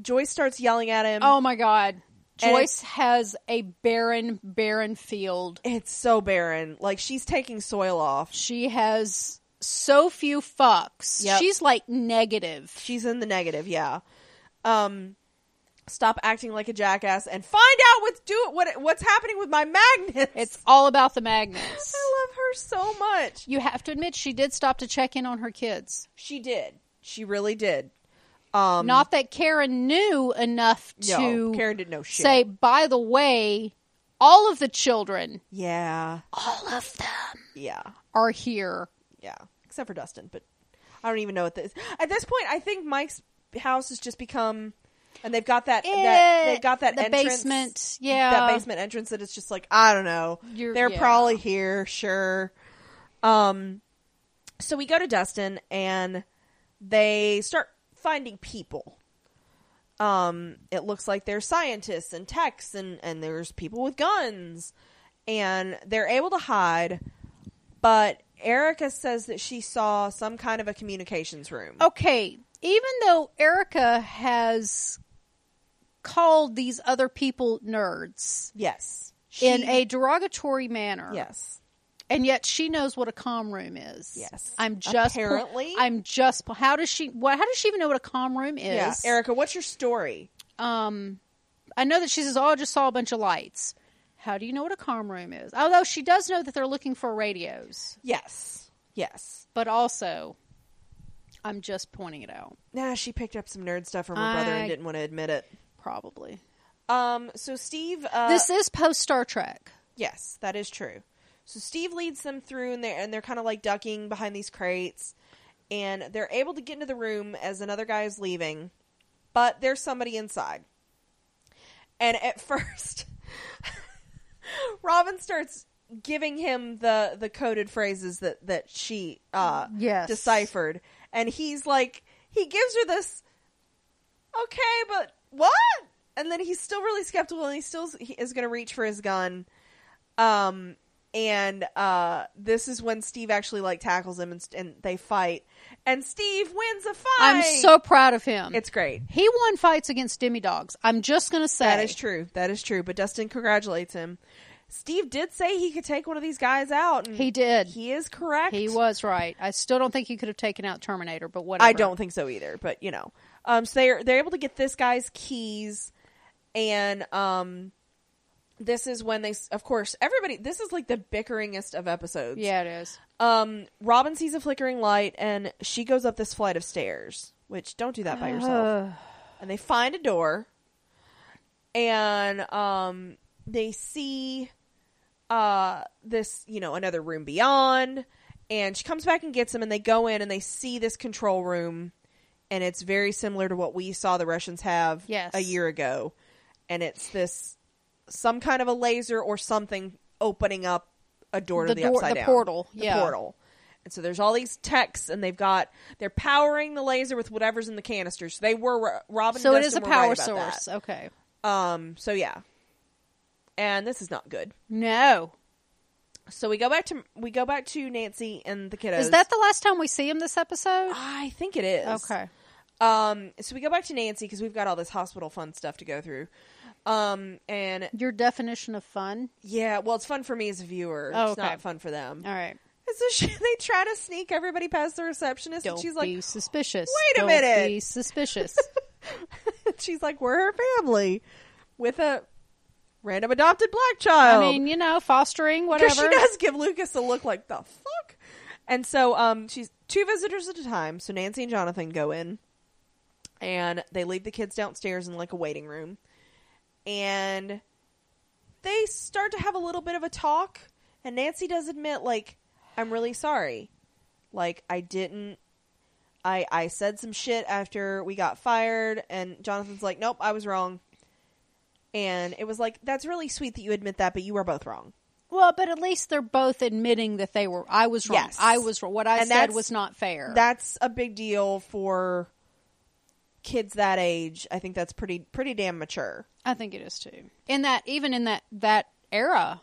Joyce starts yelling at him.
Oh my God.
And
Joyce has a barren, barren field.
It's so barren. Like she's taking soil off.
She has so few fucks.
Yep.
She's like negative.
She's in the negative, yeah. Um stop acting like a jackass and find out what's do what what's happening with my magnets.
It's all about the
(laughs)
magnets.
I love her so much.
You have to admit she did stop to check in on her kids.
She did. She really did. Um
Not that Karen knew enough
no,
to
Karen didn't know shit.
say, by the way, all of the children,
yeah.
all of them
Yeah.
are here.
Yeah. Except for Dustin, but I don't even know what this. At this point, I think Mike's house has just become and they've got that, that
Eh,
they've got that
the
entrance
basement. Yeah.
that basement entrance that it's just like I don't know.
You're-
They're
yeah.
probably here, sure. Um, so we go to Dustin and they start finding people. um, it looks like there's scientists and techs and, and there's people with guns and they're able to hide but erica says that she saw some kind of a communications room
Oh. Okay, even though Erica has called these other people nerds
yes
in a derogatory manner,
yes
and yet she knows what a com room is.
Yes.
I'm just
Apparently.
I'm just. How does she? What? How does she even know what a com room is?
yeah erica what's your story
um, I know that she says, "Oh, I just saw a bunch of lights." How do you know what a com room is? Although she does know that they're looking for radios,
yes yes
but also, I'm just pointing it out.
nah she picked up some nerd stuff from her brother
I-
and didn't want to admit it
Probably
um so steve uh,
this is post Star Trek.
Yes, that is true. So Steve leads them through, and they're and they're kind of like ducking behind these crates, and they're able to get into the room as another guy is leaving, but there's somebody inside. And at (laughs) first, Robin starts giving him the the coded phrases that that she uh,
Yes.
deciphered, and he's like he gives her this, okay, but what? And then he's still really skeptical, and he still is- he is going to reach for his gun. Um, and uh, this is when Steve actually like tackles him, and, and they fight, and Steve wins a fight.
I'm so proud of him.
it's great.
he won fights against demi dogs. I'm just gonna say
That is true. That is true. But Dustin congratulates him. Steve did say he could take one of these guys out. And
He did.
He is correct.
He was right. I still don't think you could have taken out Terminator, but whatever.
I don't think so either. But you know, um, so they're they're able to get this guy's keys, and um, this is when they, s- of course, everybody. This is like the bickeringest of episodes.
Yeah, it is.
Um, Robin sees a flickering light, and she goes up this flight of stairs. Which don't do that by yourself. and they find a door and um they see uh this you know another room beyond and she comes back and gets them and they go in and they see this control room and it's very similar to what we saw the Russians have
Yes.
a year ago and it's this some kind of a laser or something opening up a door to
The
the
door-
upside
the
down
portal,
the
yeah.
portal and so there's all these techs, and they've got they're powering the laser with whatever's in the canister. So they were ro- Robin.
so
and
it is a
Dustin were right
power
about that.
source. Okay.
Um. So yeah, and this is not good.
No.
So we go back to we go back to Nancy and the kiddos.
Is that the last time we see him this episode?
I think it is.
Okay.
Um. So we go back to Nancy because we've got all this hospital fun stuff to go through. Um. And
Your definition of fun.
yeah, well, it's fun for me as a viewer.
Oh,
It's
okay.
not fun for them.
All right.
And so she, they try to sneak everybody past the receptionist,
Don't
and she's
be
like,
suspicious.
"Wait a
Don't
minute."
Be suspicious.
(laughs) she's like, we're her family with a random adopted black
I
child.
mean, you know,
(laughs)
fostering
because
whatever.
Oh. she does give Lucas a look like the fuck. And so, um, she's two visitors at a time. So Nancy and Jonathan go in, and they leave the kids downstairs in like a waiting room, and they start to have a little bit of a talk. And Nancy does admit, like, I'm really sorry, like I didn't. I, I said some shit after we got fired, and Jonathan's like, "Nope, I was wrong." And it was like, "That's really sweet that you admit that, but you were both wrong."
Well, but at least they're both admitting that they were. I was wrong.
Yes.
I was wrong. What I
And
said
that's-
was not fair.
that's a big deal for kids that age. I think that's pretty pretty damn mature.
I think it is too. In that, even in that that era,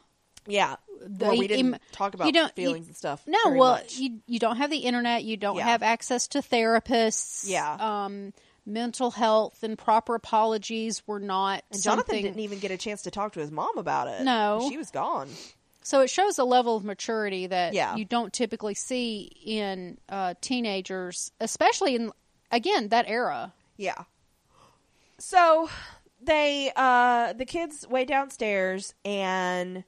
Yeah,
The-
Well, we didn't
im-
talk about
you don't-
feelings
you-
and stuff.
no,
very
well,
much.
you you don't have the internet, you don't
Yeah.
have access to therapists,
Yeah.
um, mental health and proper apologies were not
and Jonathan
something.
didn't e-, even get a chance to talk to his mom about it.
No.
she was gone.
so it shows a level of maturity that
Yeah.
you don't typically see in uh, teenagers, especially in again that era.
Yeah. So they uh the kids way downstairs and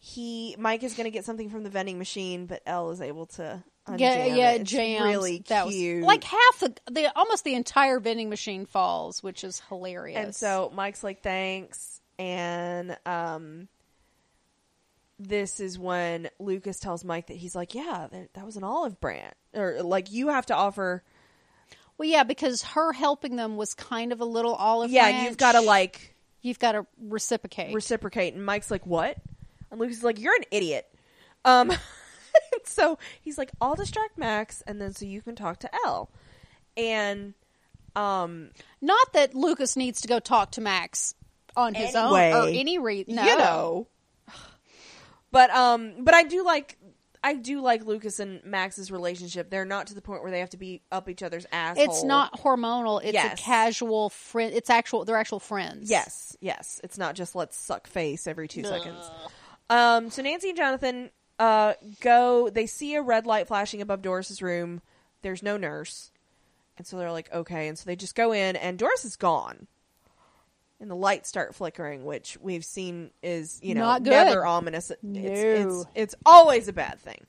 he Mike is going to get something from the vending machine, but Elle is able to unjam
Yeah, yeah,
Oh, it. It's
jams.
really
that
cute.
was like half the, the almost the entire vending machine falls, which is hilarious.
And so Mike's like, thanks. And um, this is when Lucas tells Mike that he's like, yeah, that, that was an olive branch. Or like, you have to offer.
well, yeah, because her helping them was kind of a little olive.
yeah,
branch.
you've got to like
You've got to reciprocate.
reciprocate. And Mike's like, what? And Lucas is like, you're an idiot. Um, (laughs) and so he's like, I'll distract Max and then so you can talk to Elle. And Um,
Not that Lucas needs to go talk to Max on his own or
Anyway,
any reason. No.
you know. But um, but I do like I do like Lucas and Max's relationship. They're not to the point where they have to be up each other's asshole.
It's not hormonal. It's
Yes.
a casual friend. It's actual. They're actual friends.
Yes, yes. It's not just let's suck face every two seconds. Um, so Nancy and Jonathan uh, go. They see a red light flashing above Doris's room. There's no nurse, and so they're like, okay. And so they just go in, and Doris is gone. And the lights start flickering, which we've seen is you know
Not good.
never ominous. It's,
No.
it's it's always a bad thing.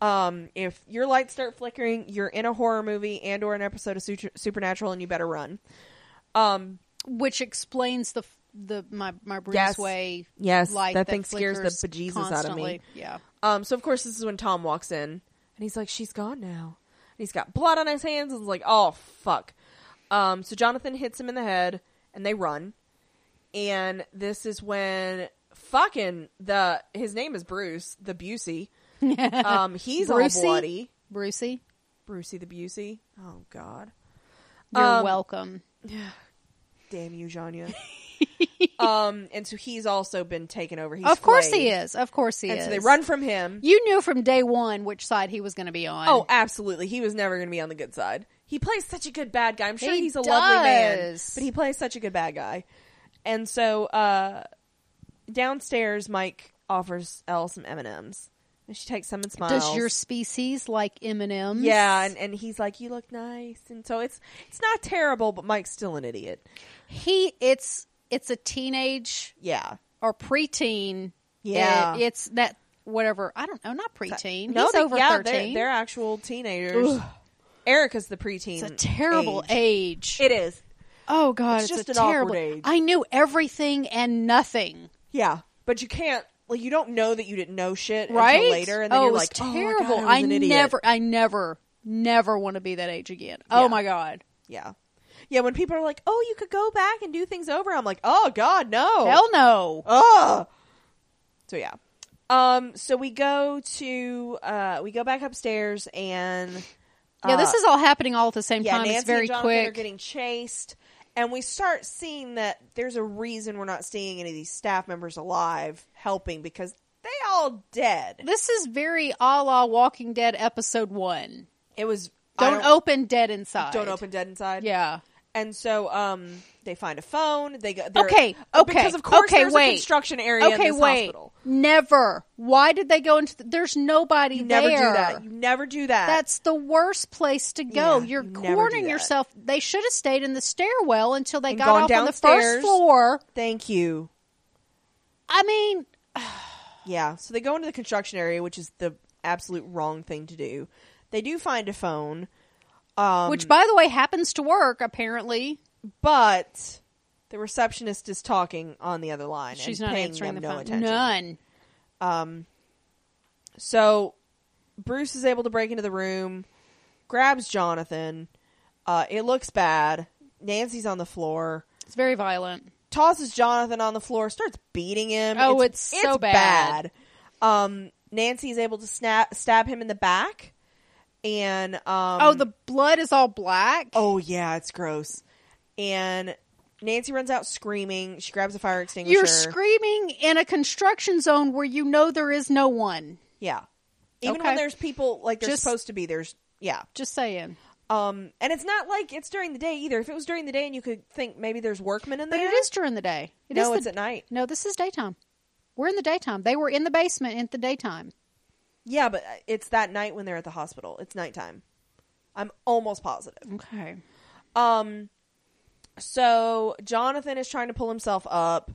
Um, if your lights start flickering, you're in a horror movie and or an episode of Sutra- Supernatural, and you better run. Um,
Which explains the the my my Bruce
Yes.
Way.
Yes,
light
that thing scares the
flickers
bejesus out of me.
constantly. Yeah.
Um, so of course this is when Tom walks in and he's like, She's gone now. And he's got blood on his hands and is like, Oh fuck. Um, so Jonathan hits him in the head and they run. And this is when fucking the his name is Bruce, the
(laughs)
Busey. Um he's
Brucey?
all bloody.
Brucey,
Brucey the Busey. Oh god.
you're
Um,
welcome.
Damn you,
(laughs)
Janya. um, and so he's also been taken over. He's
Of course he
flayed.
is. Of course he
And
is.
so they run from him.
You knew from day one which side he was going to be on.
Oh, absolutely. He was never going to be on the good side. He plays such a good bad guy. I'm sure
He
he's a lovely man,
does.
but he plays such a good bad guy. And so uh, downstairs, Mike offers Elle some M and M's, and she takes some and smiles.
does your species like M and M's?
yeah, and, and he's like, "You look nice," and so it's it's not terrible, but Mike's still an idiot.
he it's it's a teenage
Yeah,
or preteen.
Yeah.
It- it's that whatever. I don't know. Not preteen.
no,
He's
they-
over
yeah, they're-
thirteen.
They're, actual teenagers. Erica's the preteen.
it's a terrible
age.
age.
It is.
oh God,
it's
it's,
just
a
an awkward
terrible.
age.
I knew everything and nothing.
Yeah, but you can't. Like you don't know that you didn't know shit
Right
until later, and then
oh,
you're
it was
like,
terrible.
"Oh my God, I,
I
was an idiot."
never, I never, never want to be that age again. Oh
Yeah.
my God.
Yeah, yeah. When people are like, "Oh, you could go back and do things over," I'm like, "Oh God, no,
Hell no.
Ugh. So yeah. Um. So we go to uh. We go back upstairs, and
yeah,
uh,
this is all happening all at the same
yeah.
time.
Nancy
it's very
and Jonathan are
quick.
getting chased, and we start seeing that there's a reason we're not seeing any of these staff members alive helping because they all dead.
This is very a la Walking Dead episode one.
It was I
Don't, open dead inside.
Don't open dead inside.
Yeah.
And so, um, they find a phone. They go. they're-
Okay,
Oh,
okay,
Because of course,
okay,
there's
wait.
a construction area in
Okay,
this
wait.
hospital.
Never. Why did they go into? The, there's nobody
You never
there.
do that. You never do that.
That's the worst place to go.
Yeah,
You're
you never do
cornering
that.
yourself. They should have stayed in the stairwell until they
And
got
gone
off on the first
downstairs.
floor.
Thank you.
I mean,
Yeah. So they go into the construction area, which is the absolute wrong thing to do. They do find a phone, um,
which by the way happens to work apparently.
but the receptionist is talking on the other line.
She's
and
not
paying
answering the
them no
phone.
Attention.
None.
So Bruce is able to break into the room, grabs Jonathan. Uh, it looks bad. Nancy's on the floor.
It's very violent.
tosses Jonathan on the floor, starts beating him.
Oh, it's so
bad.
bad.
Um, Nancy is able to snap, stab him in the back, and um,
oh, the blood is all black.
oh yeah, it's gross. And Nancy runs out screaming. She grabs a fire extinguisher.
You're screaming in a construction zone where you know there is no one.
yeah. Even
Okay.
when there's people like they're
Just-
supposed to be, there's yeah.
Just saying.
Um, and it's not like it's during the day either. If it was during the day, and you could think maybe there's workmen in
But
there,
it is during the day. It is
no,
the-
it's at night.
No, this is daytime. We're in the daytime. They were in the basement in the daytime.
Yeah, but uh, it's that night when they're at the hospital. It's nighttime. I'm almost positive.
Okay.
Um, so Jonathan is trying to pull himself up.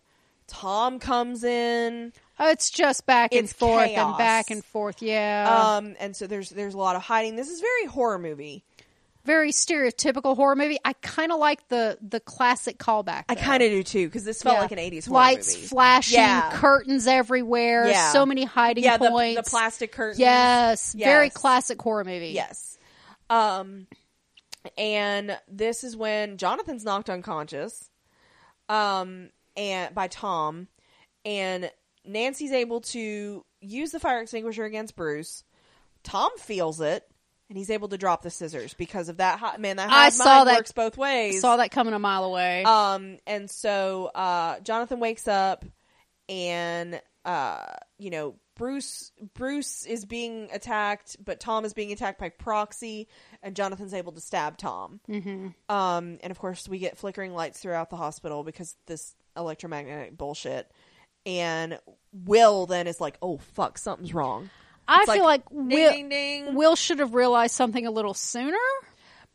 Tom comes in.
Oh, it's just back and
It's
forth and
chaos.
back and forth. Yeah.
Um, and so there's there's a lot of hiding. This is very horror movie.
Very stereotypical horror movie. I kind of like the the classic callback.
I
though.
kind of do too because this felt
Yeah.
like an '80s horror
Lights
movie.
flashing,
Yeah.
curtains everywhere,
Yeah.
so many hiding
yeah, the,
points.
the plastic curtains.
Yes, very
Yes.
classic horror movie.
Yes. Um, and this is when Jonathan's knocked unconscious, um, and by Tom, and Nancy's able to use the fire extinguisher against Bruce. Tom feels it, and he's able to drop the scissors because of that. Hot, man, that
I
hive
saw
mind
that-
works both ways.
Saw that coming a mile away.
Um, and so uh, Jonathan wakes up, and uh, you know Bruce Bruce is being attacked, but Tom is being attacked by proxy, and Jonathan's able to stab Tom. Mm-hmm. Um, and of course we get flickering lights throughout the hospital because this electromagnetic bullshit. And Will then is like, "Oh fuck, something's wrong."
I
It's
feel like,
ding,
Will,
ding, ding.
Will should have realized something a little sooner.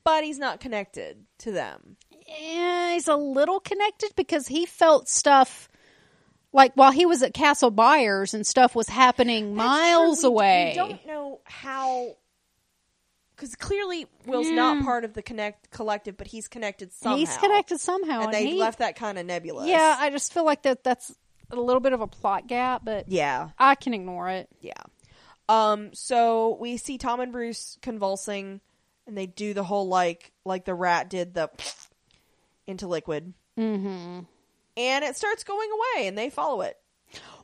but he's not connected to them.
Eh, he's a little connected because he felt stuff like while he was at Castle Byers and stuff was happening miles
Sure, we-
away.
We don't know how, because clearly Will's not part of the connect collective, but he's connected somehow.
Hmm. He's connected somehow,
and they
he-
left that kind of nebulous.
Yeah, I just feel like that that's a little bit of a plot gap, but
yeah,
I can ignore it.
yeah. Um, so we see Tom and Bruce convulsing, and they do the whole like like the rat did the into liquid, mm-hmm. and it starts going away, and they follow it.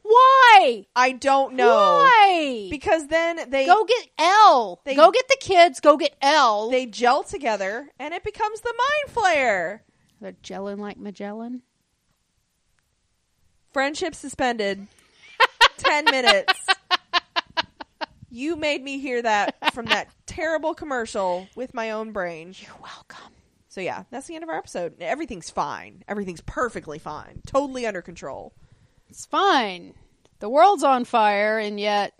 Why?
I don't know
Why?
because then they
go get L.
They-
go get the kids. Go get L.
they gel together, and it becomes the mind flare.
They're gelling like Magellan.
Friendship suspended. 10 minutes. You made me hear that from that terrible commercial with my own brain.
You're welcome.
So, yeah, that's the end of our episode. Everything's fine. Everything's perfectly fine. Totally under control.
It's fine. The world's on fire, and yet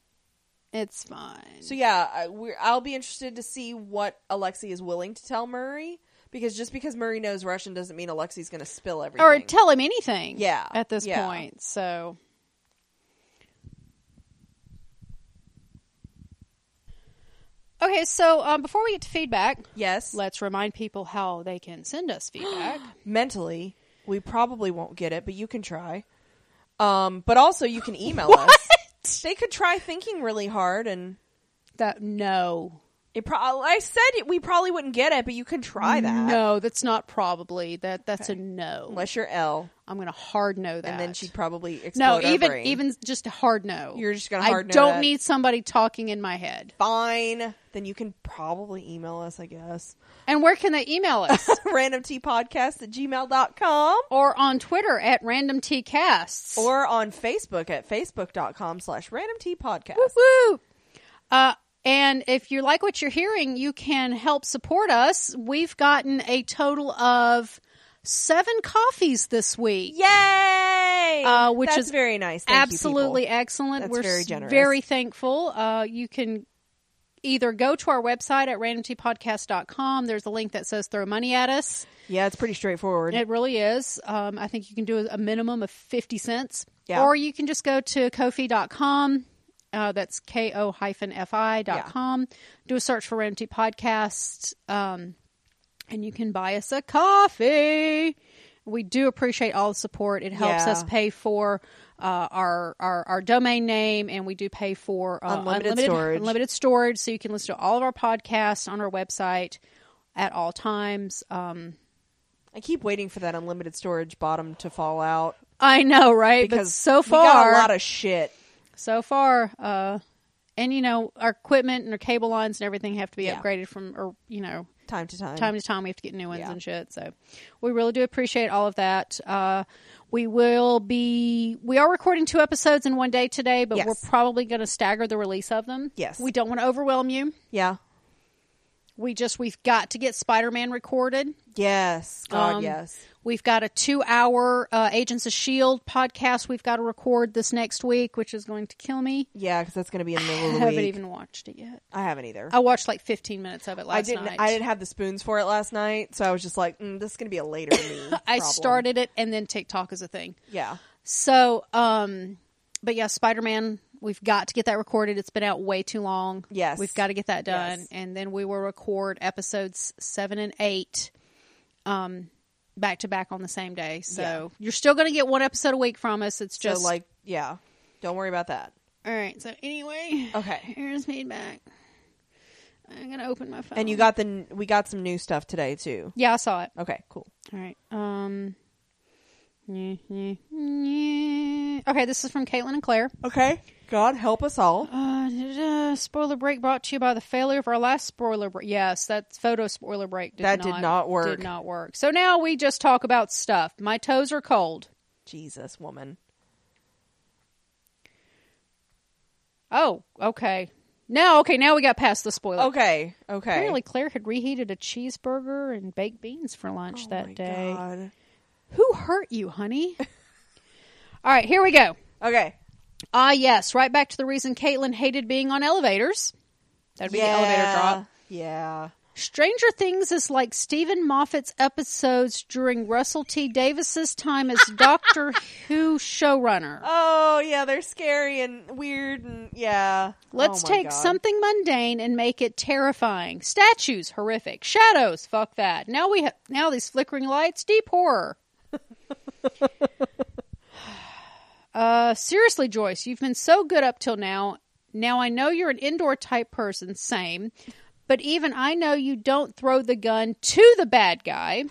it's fine.
So, yeah, I, we're, I'll be interested to see what Alexei is willing to tell Murray because just because Murray knows Russian doesn't mean Alexei's going to spill everything.
or tell him anything.
Yeah,
At this
yeah.
point, so okay. So um, before we get to feedback,
yes.
let's remind people how they can send
(gasps)
us feedback.
mentally, we probably won't get it, but you can try. Um, but also you can
(laughs)
email us. They could try thinking really hard, and
that no,
it. Pro- I said it, we probably wouldn't get it, but you can try that.
no, that's not probably that. That's a no.
Unless you're L,
I'm going to hard no that.
and then she'd probably
no,
explode. our
even
brain.
even just a hard no.
You're just gonna hard
I
no
don't
that.
need somebody talking in my head.
fine, then you can probably email us. I guess (laughs)
And where can they email us?
randomtpodcast at gmail.com
or on Twitter at randomtcasts.
or on Facebook at facebook.com slash randomtpodcast.
Woo! Uh, and if you like what you're hearing, you can help support us. We've gotten a total of seven coffees this week.
Yay!
Uh, which
That's
is
very nice. Thank you, people.
Absolutely excellent.
That's
We're
very
s-
generous.
very thankful. Uh, you can either go to our website at randomtpodcast.com. There's a link that says throw money at us.
Yeah, it's pretty straightforward.
It really is. Um, I think you can do a minimum of 50 cents.
Yeah.
Or you can just go to kofi.com. Uh, that's ko fi dot com. Do a search for Random Tea Podcast, um, and you can buy us a coffee. We do appreciate all the support. It helps
Yeah.
us pay for uh, our, our our domain name, and we do pay for uh,
Unlimited storage.
unlimited (laughs) storage, so you can listen to all of our podcasts on our website at all times. Um,
I keep waiting for that unlimited storage bottom to fall out
I know, right?
because
but so
we
far,
got a lot of shit.
so far, uh, and you know, our equipment and our cable lines and everything have to be
Yeah.
upgraded from, or you know,
Time to time.
time to time we have to get new ones
Yeah.
and shit. So we really do appreciate all of that. Uh, we will be, we are recording two episodes in one day today, but
Yes.
we're probably going to stagger the release of them.
Yes.
we don't want to overwhelm you.
Yeah.
We just we've got to get Spider Man recorded.
Yes. God.
Um,
yes.
We've got a two hour uh, Agents of S.H.I.E.L.D. podcast we've got to record this next week, which is going to kill me.
Yeah, because that's going to be in the middle
I
of the
haven't
week.
even watched it yet.
I haven't either.
I watched like 15 minutes of it last
I didn't.
night.
I didn't have the spoons for it last night, so I was just like, mm, "This is going to be a
(laughs)
later me."
I
problem.
started it and then TikTok is a thing.
Yeah.
So, um, but yeah, Spider Man, we've got to get that recorded. It's been out way too long.
Yes.
We've got to get that done.
Yes.
And then we will record episodes seven and eight um, back to back on the same day. So
Yeah.
you're still going to get one episode a week from us. It's just
so like, yeah. Don't worry about that.
All right. So anyway,
Okay.
here's feedback. I'm gonna open my phone.
And you got the. n- We got some new stuff today too.
Yeah, I saw it.
Okay. Cool.
All right. Um. yeah, yeah, yeah. Okay, this is from Caitlin and Claire.
Okay. God help us all.
Uh, da, spoiler break brought to you by the failure of our last spoiler break. Yes, that photo spoiler break did
That did not work.
Did not work. So now we just talk about stuff. My toes are cold.
Jesus, woman.
Oh, okay. Now, okay, now we got past the spoiler.
Okay, okay.
Apparently, Claire had reheated a cheeseburger and baked beans for lunch
Oh my
that day.
God.
Who hurt you, honey? (laughs) All right, here we go.
Okay.
Ah, yes, right back to the reason Caitlin hated being on elevators. That'd be the elevator drop.
Yeah.
Stranger Things is like Stephen Moffat's episodes during Russell T. Davis's time as Doctor Who showrunner.
Oh yeah, they're scary and weird and yeah.
Let's
Oh my
take
God.
something mundane and make it terrifying. Statues, horrific. Shadows, fuck that. Now we have now these flickering lights,
(laughs)
deep horror. uh, seriously, Joyce, you've been so good up till now. Now I know you're an indoor type person, same, but even I know you don't throw the gun to the bad guy.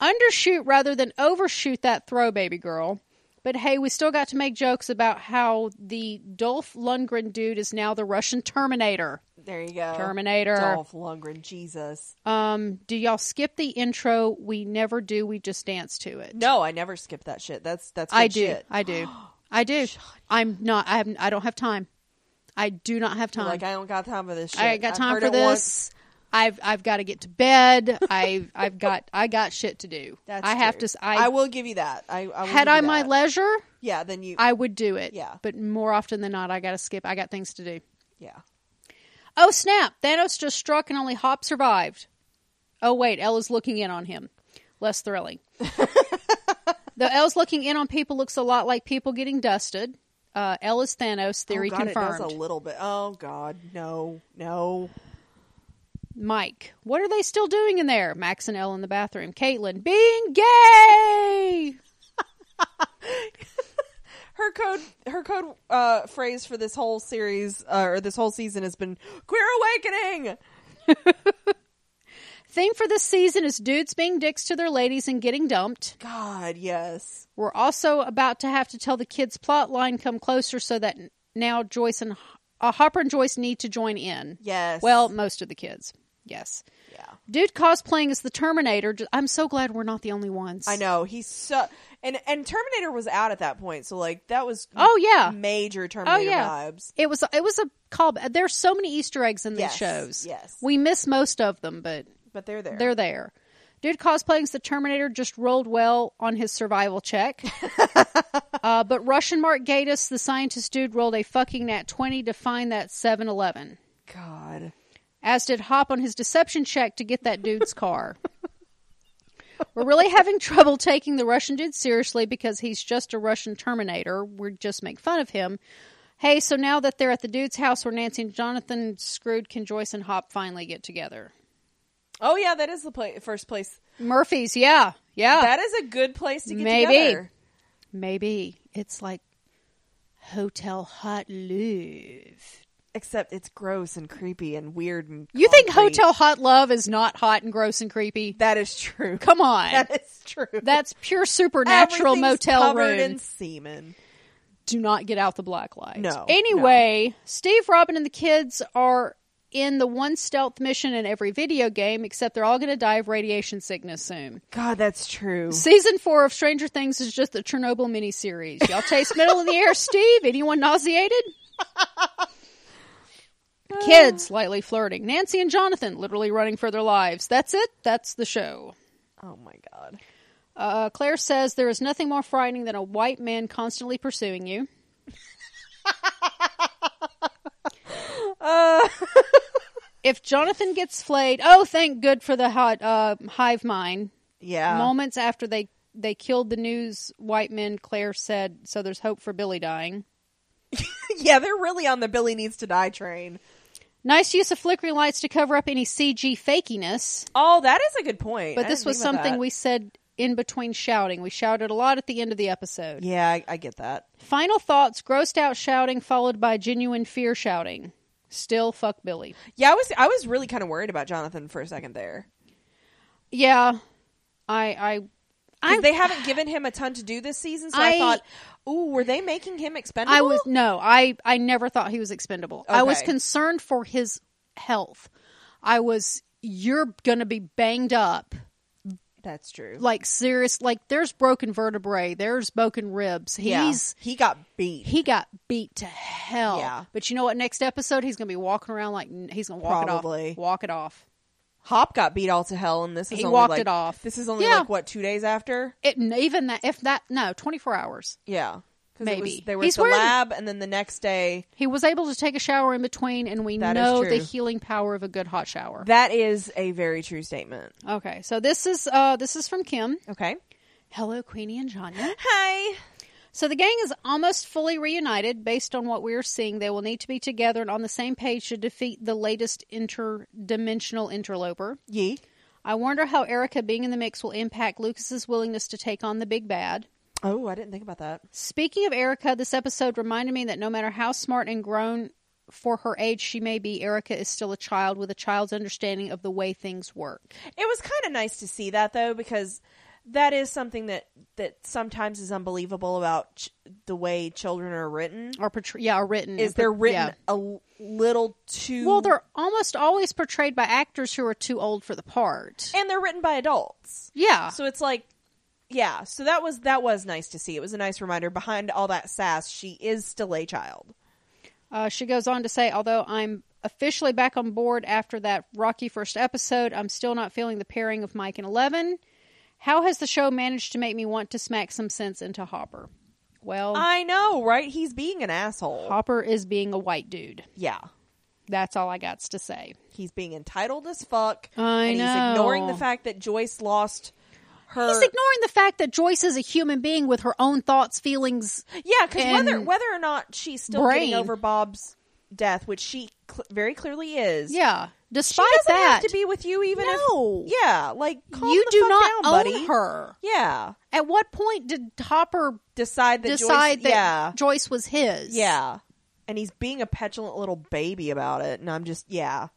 Undershoot rather than overshoot that throw, baby girl. But hey, we still got to make jokes about how the Dolph Lundgren dude is now the Russian Terminator.
There you go.
Terminator.
Dolph Lundgren. Jesus.
Um, do y'all skip the intro? We never do. We just dance to it.
No, I never skip that shit. That's that's good
I do.
shit.
I do.
(gasps)
I do. I'm not. I have. I don't have time. I do not have time.
Like I don't got time for this shit.
I ain't got
I've
time
heard
for
it once.
this. I've I've got to get to bed. (laughs) I I've got I got shit to do.
That's
I have
true.
to. s- I,
will give you that. I, I will
had
give you
I my
that.
leisure,
Yeah. Then you.
I would do it.
Yeah.
But more often than not, I got to skip. I got things to do.
yeah.
Oh snap! Thanos just struck and only Hop survived. Oh wait, Ella's looking in on him.
(laughs)
Less thrilling. Though Ella's looking in on people looks a lot like people getting dusted. Uh, Ella's Thanos theory
oh, God,
confirmed.
It does a little bit. Oh God, no, no.
Mike, what are they still doing in there? Max and Elle in the bathroom. Caitlin, being gay.
Her code, her code uh, phrase for this whole series uh, or this whole season has been "queer awakening."
Theme for this season is dudes being dicks to their ladies and getting dumped.
God, yes.
We're also about to have to tell the kids' plot line come closer so that n- now Joyce and uh, Hopper and Joyce need to join in.
Yes.
Well, most of the kids. Yes.
Yeah.
Dude cosplaying as the Terminator. ju- I'm so glad we're not the only ones.
I know he's so and and Terminator was out at that point, so like that was
Oh, yeah.
major Terminator
Oh yeah.
vibes.
It was it was a call. There's so many Easter eggs in these
Yes,
shows.
yes.
We miss most of them, but
But they're there.
they're there. Dude cosplaying as the Terminator just rolled well on his survival check. uh, but Russian Mark Gatiss, the scientist dude, rolled a fucking nat 20 to find that 7 Eleven.
God.
as did Hop on his deception check to get that dude's car. We're really having trouble taking the Russian dude seriously because he's just a Russian Terminator. We just make fun of him. Hey, so now that they're at the dude's house where Nancy and Jonathan screwed, can Joyce and Hop finally get together?
Oh yeah, that is the pla- first place.
Murphy's, yeah, yeah.
That is a good place to get
Oh. Maybe.
together.
Maybe it's like Hotel Hot Love.
Except it's gross and creepy and weird and
You think
concrete.
Hotel Hot Love is not hot and gross and creepy?
That is true.
Come on.
(laughs) That is true.
That's pure supernatural
Everything's
motel
covered
room.
in semen.
Do not get out the black light.
No,
Anyway, Steve, Robin, and the kids are in the one stealth mission in every video game, except they're all going to die of radiation sickness soon.
God, that's true.
Season four of Stranger Things is just the Chernobyl miniseries. Y'all taste middle in the air, Steve. Anyone nauseated? Kids lightly flirting. Nancy and Jonathan literally running for their lives. That's it. That's the show.
Oh my god.
Uh, Claire says there is nothing more frightening than a white man constantly pursuing you. if Jonathan gets flayed, oh, thank good for the hot uh, hive mind.
Yeah.
Moments after they they killed the news white men, Claire said, "So there's hope for Billy dying."
(laughs) yeah, they're really on the Billy needs to die train.
Nice use of flickering lights to cover up any CG fakiness.
Oh, that is a good point.
But
I
this
didn't
was
think about
something
that.
we said in between shouting. We shouted a lot at the end of the episode.
Yeah, I, I get that.
Final thoughts, grossed out shouting, followed by genuine fear shouting. Still fuck Billy.
Yeah, I was I was really kind of worried about Jonathan for a second there.
Yeah. I I
'Cause
I-
they haven't given him a ton to do this season, so I,
I-
thought, "Ooh, were they making him expendable?"
I was no, I I never thought he was expendable. I was
Okay.
concerned for his health. I was you're going to be banged up.
That's true.
Like serious like there's broken vertebrae, there's broken ribs.
yeah,
He's
he got beat.
he got beat to hell.
Yeah.
But you know what? Next episode he's going to be walking around like he's going to walk it
Probably.
off. Walk it off.
Hop got beat all to hell, and this is
He
only
walked
like-
it off.
This is only
Yeah.
like what two days after?
It, even that if that no, 24 hours.
Yeah, 'Cause it was-
Maybe.
they were
He's
at the
wearing-
lab, and then the next day.
He was able to take a shower in between and we
That is
know the
true.
healing power of a good hot shower.
That is a very true statement.
okay. So this is uh this is from Kim.
Okay.
Hello, Queenie and Janya.
Hi.
So the gang is almost fully reunited. Based on what we are seeing, they will need to be together and on the same page to defeat the latest interdimensional interloper.
Ye.
I wonder how Erica being in the mix will impact Lucas's willingness to take on the big bad.
Oh, I didn't think about that.
Speaking of Erica, this episode reminded me that no matter how smart and grown for her age she may be, Erica is still a child with a child's understanding of the way things work.
It was kind of nice to see that though, because that is something that that sometimes is unbelievable about ch- the way children are written.
Or portray- yeah, or written
Is
and por-
they're
yeah.
written a l a little too
Well, they're almost always portrayed by actors who are too old for the part.
and they're written by adults,
Yeah.
so it's like. Yeah, so that was that was nice to see. It was a nice reminder. Behind all that sass, she is still a child.
Uh, she goes on to say, although I'm officially back on board after that rocky first episode, I'm still not feeling the pairing of Mike and Eleven. How has the show managed to make me want to smack some sense into Hopper? Well,
I know, right? He's being an asshole.
Hopper is being a white dude.
Yeah,
That's all I got to say.
he's being entitled as fuck.
I
and
know.
He's ignoring the fact that Joyce lost her.
He's ignoring the fact that Joyce is a human being with her own thoughts, feelings.
Yeah, because whether
and
whether or not she's still
brain.
getting over Bob's death, which she cl- very clearly is,
Yeah.
she
Despite
doesn't
that,
have to be with you even
No.
if yeah, like calm
you
the
do
fuck
not
down,
own
buddy.
her.
Yeah,
At what point did Hopper
decide that
decide
Joyce,
that
yeah,
Joyce was his?
yeah, and he's being a petulant little baby about it, and I'm just yeah,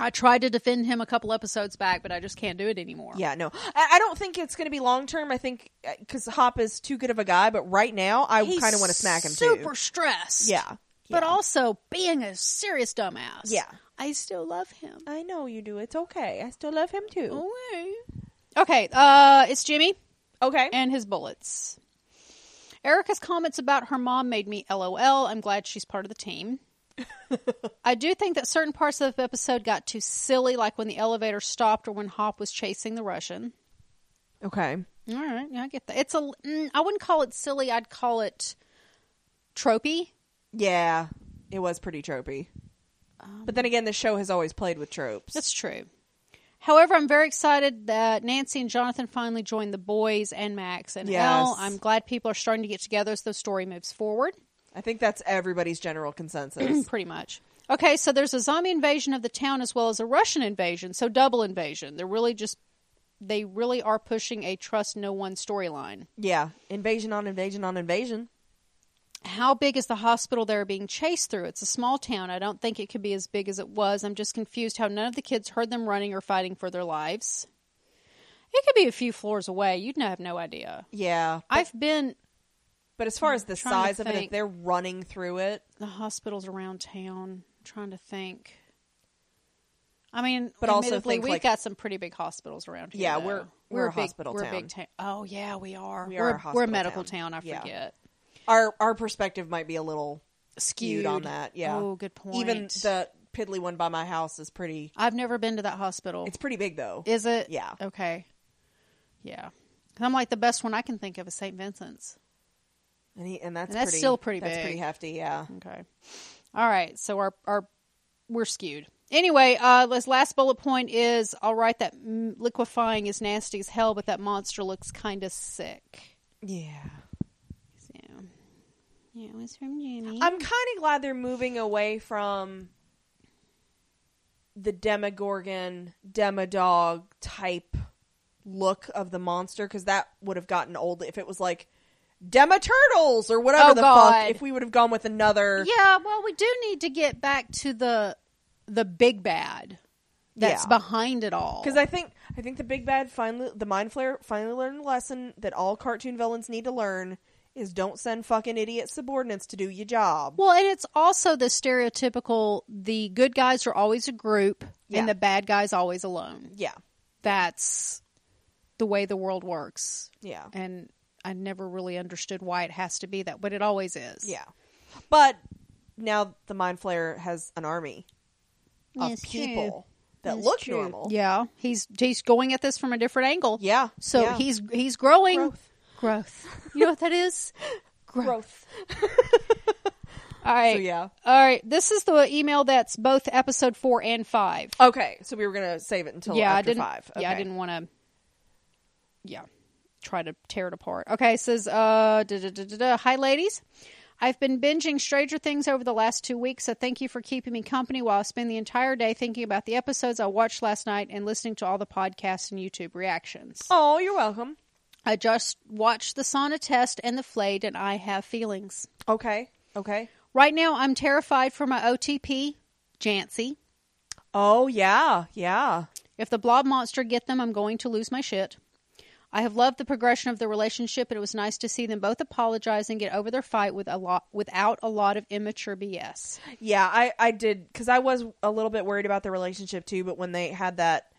I tried to defend him a couple episodes back, but I just can't do it anymore.
yeah, no, I, I don't think it's going to be long term. I think because Hop is too good of a guy, but right now I
He's
kind of want to smack him
Super
too.
stressed.
Yeah,
But
yeah.
also being a serious dumbass.
Yeah.
I still love him.
I know you do. It's okay. I still love him too.
Okay, uh, it's Jimmy
Okay.
and his bullets. Erica's comments about her mom made me LOL. I'm glad she's part of
(laughs)
the team. I do think that certain parts of the episode got too silly, like when the elevator stopped or when Hop was chasing the Russian.
okay.
All right, yeah, I get that. It's a. Mm, I wouldn't call it silly. I'd call it tropey.
Yeah, it was pretty tropey. but then again, the show has always played with tropes.
Um, That's true. However, I'm very excited that Nancy and Jonathan finally joined the boys and Max and
Yes.
Elle. I'm glad people are starting to get together as the story moves forward.
I think that's everybody's general
(clears throat)
consensus.
Pretty much. Okay, so there's a zombie invasion of the town as well as a Russian invasion, so double invasion. They're really just they really are pushing a trust no one storyline.
yeah, invasion on invasion on invasion.
how big is the hospital they're being chased through? It's a small town. I don't think it could be as big as it was. I'm just confused how none of the kids heard them running or fighting for their lives. It could be a few floors away. You'd n- have no idea.
Yeah,
I've been
but as far as the
trying to
size of it, if
think.
they're running through it,
the hospitals around town. I'm trying to think. I mean,
But also
admittedly,
think,
we've
like-
got some pretty big hospitals around here.
Yeah,
though.
we're- we're a
big,
hospital
we're
town.
A big town. oh yeah, we are.
We are a
are a- we're a
hospital
medical
town.
town. I
Yeah.
forget.
our our perspective might be a little skewed,
Skewed
on that. Yeah.
Oh, good point.
Even the piddly one by my house is pretty.
I've never been to that hospital.
It's pretty big though.
Is it?
Yeah.
Okay. Yeah. 'Cause I'm like the best one I can think of is St. Vincent's.
and, he, and that's
And that's
pretty,
still pretty
That's
big.
pretty hefty. Yeah.
Okay. All right. So our our we're skewed. Anyway, uh, this last bullet point is all right. That m- liquefying is nasty as hell, but that monster looks kind of sick.
Yeah.
So, yeah, it was from Jimmy.
I'm kind of glad they're moving away from the Demogorgon, Demodog type look of the monster because that would have gotten old if it was like Turtles or whatever
Oh,
the
God.
fuck. If we would have gone with another,
yeah. Well, we do need to get back to the the big bad. that's
Yeah.
behind it all.
Because I think I think the big bad finally the mind flayer finally learned a lesson that all cartoon villains need to learn is don't send fucking idiot subordinates to do your job.
Well, and it's also the stereotypical the good guys are always a group
Yeah.
and the bad guys always alone.
Yeah,
That's the way the world works.
yeah,
And I never really understood why it has to be that, but it always is.
yeah. But now the mind flayer has an army of
That's true.
people that
That's
look
true.
normal.
Yeah. He's he's going at this from a different angle.
yeah.
So
yeah.
he's he's growing.
Growth.
Growth. You know what
(laughs)
that is? Growth.
growth.
All right.
So, yeah.
All right. This is the email that's both episode four and five.
Okay, so we were gonna save it until
yeah,
after
I didn't.
five.
Yeah, I
Okay.
didn't want to. Yeah, try to tear it apart. Okay, it says uh, da, da, da, da, da. hi ladies. I've been binging Stranger Things over the last two weeks, so thank you for keeping me company while I spend the entire day thinking about the episodes I watched last night and listening to all the podcasts and YouTube reactions.
Oh, you're welcome.
I just watched the sauna test and the flayed, and I have feelings.
Okay, okay.
Right now, I'm terrified for my OTP, Jancy.
Oh yeah, yeah.
If the blob monster get them, I'm going to lose my shit. I have loved the progression of the relationship, and it was nice to see them both apologize and get over their fight with a lot without a lot of immature BS.
Yeah, I I did because I was a little bit worried about the relationship too. But when they had that,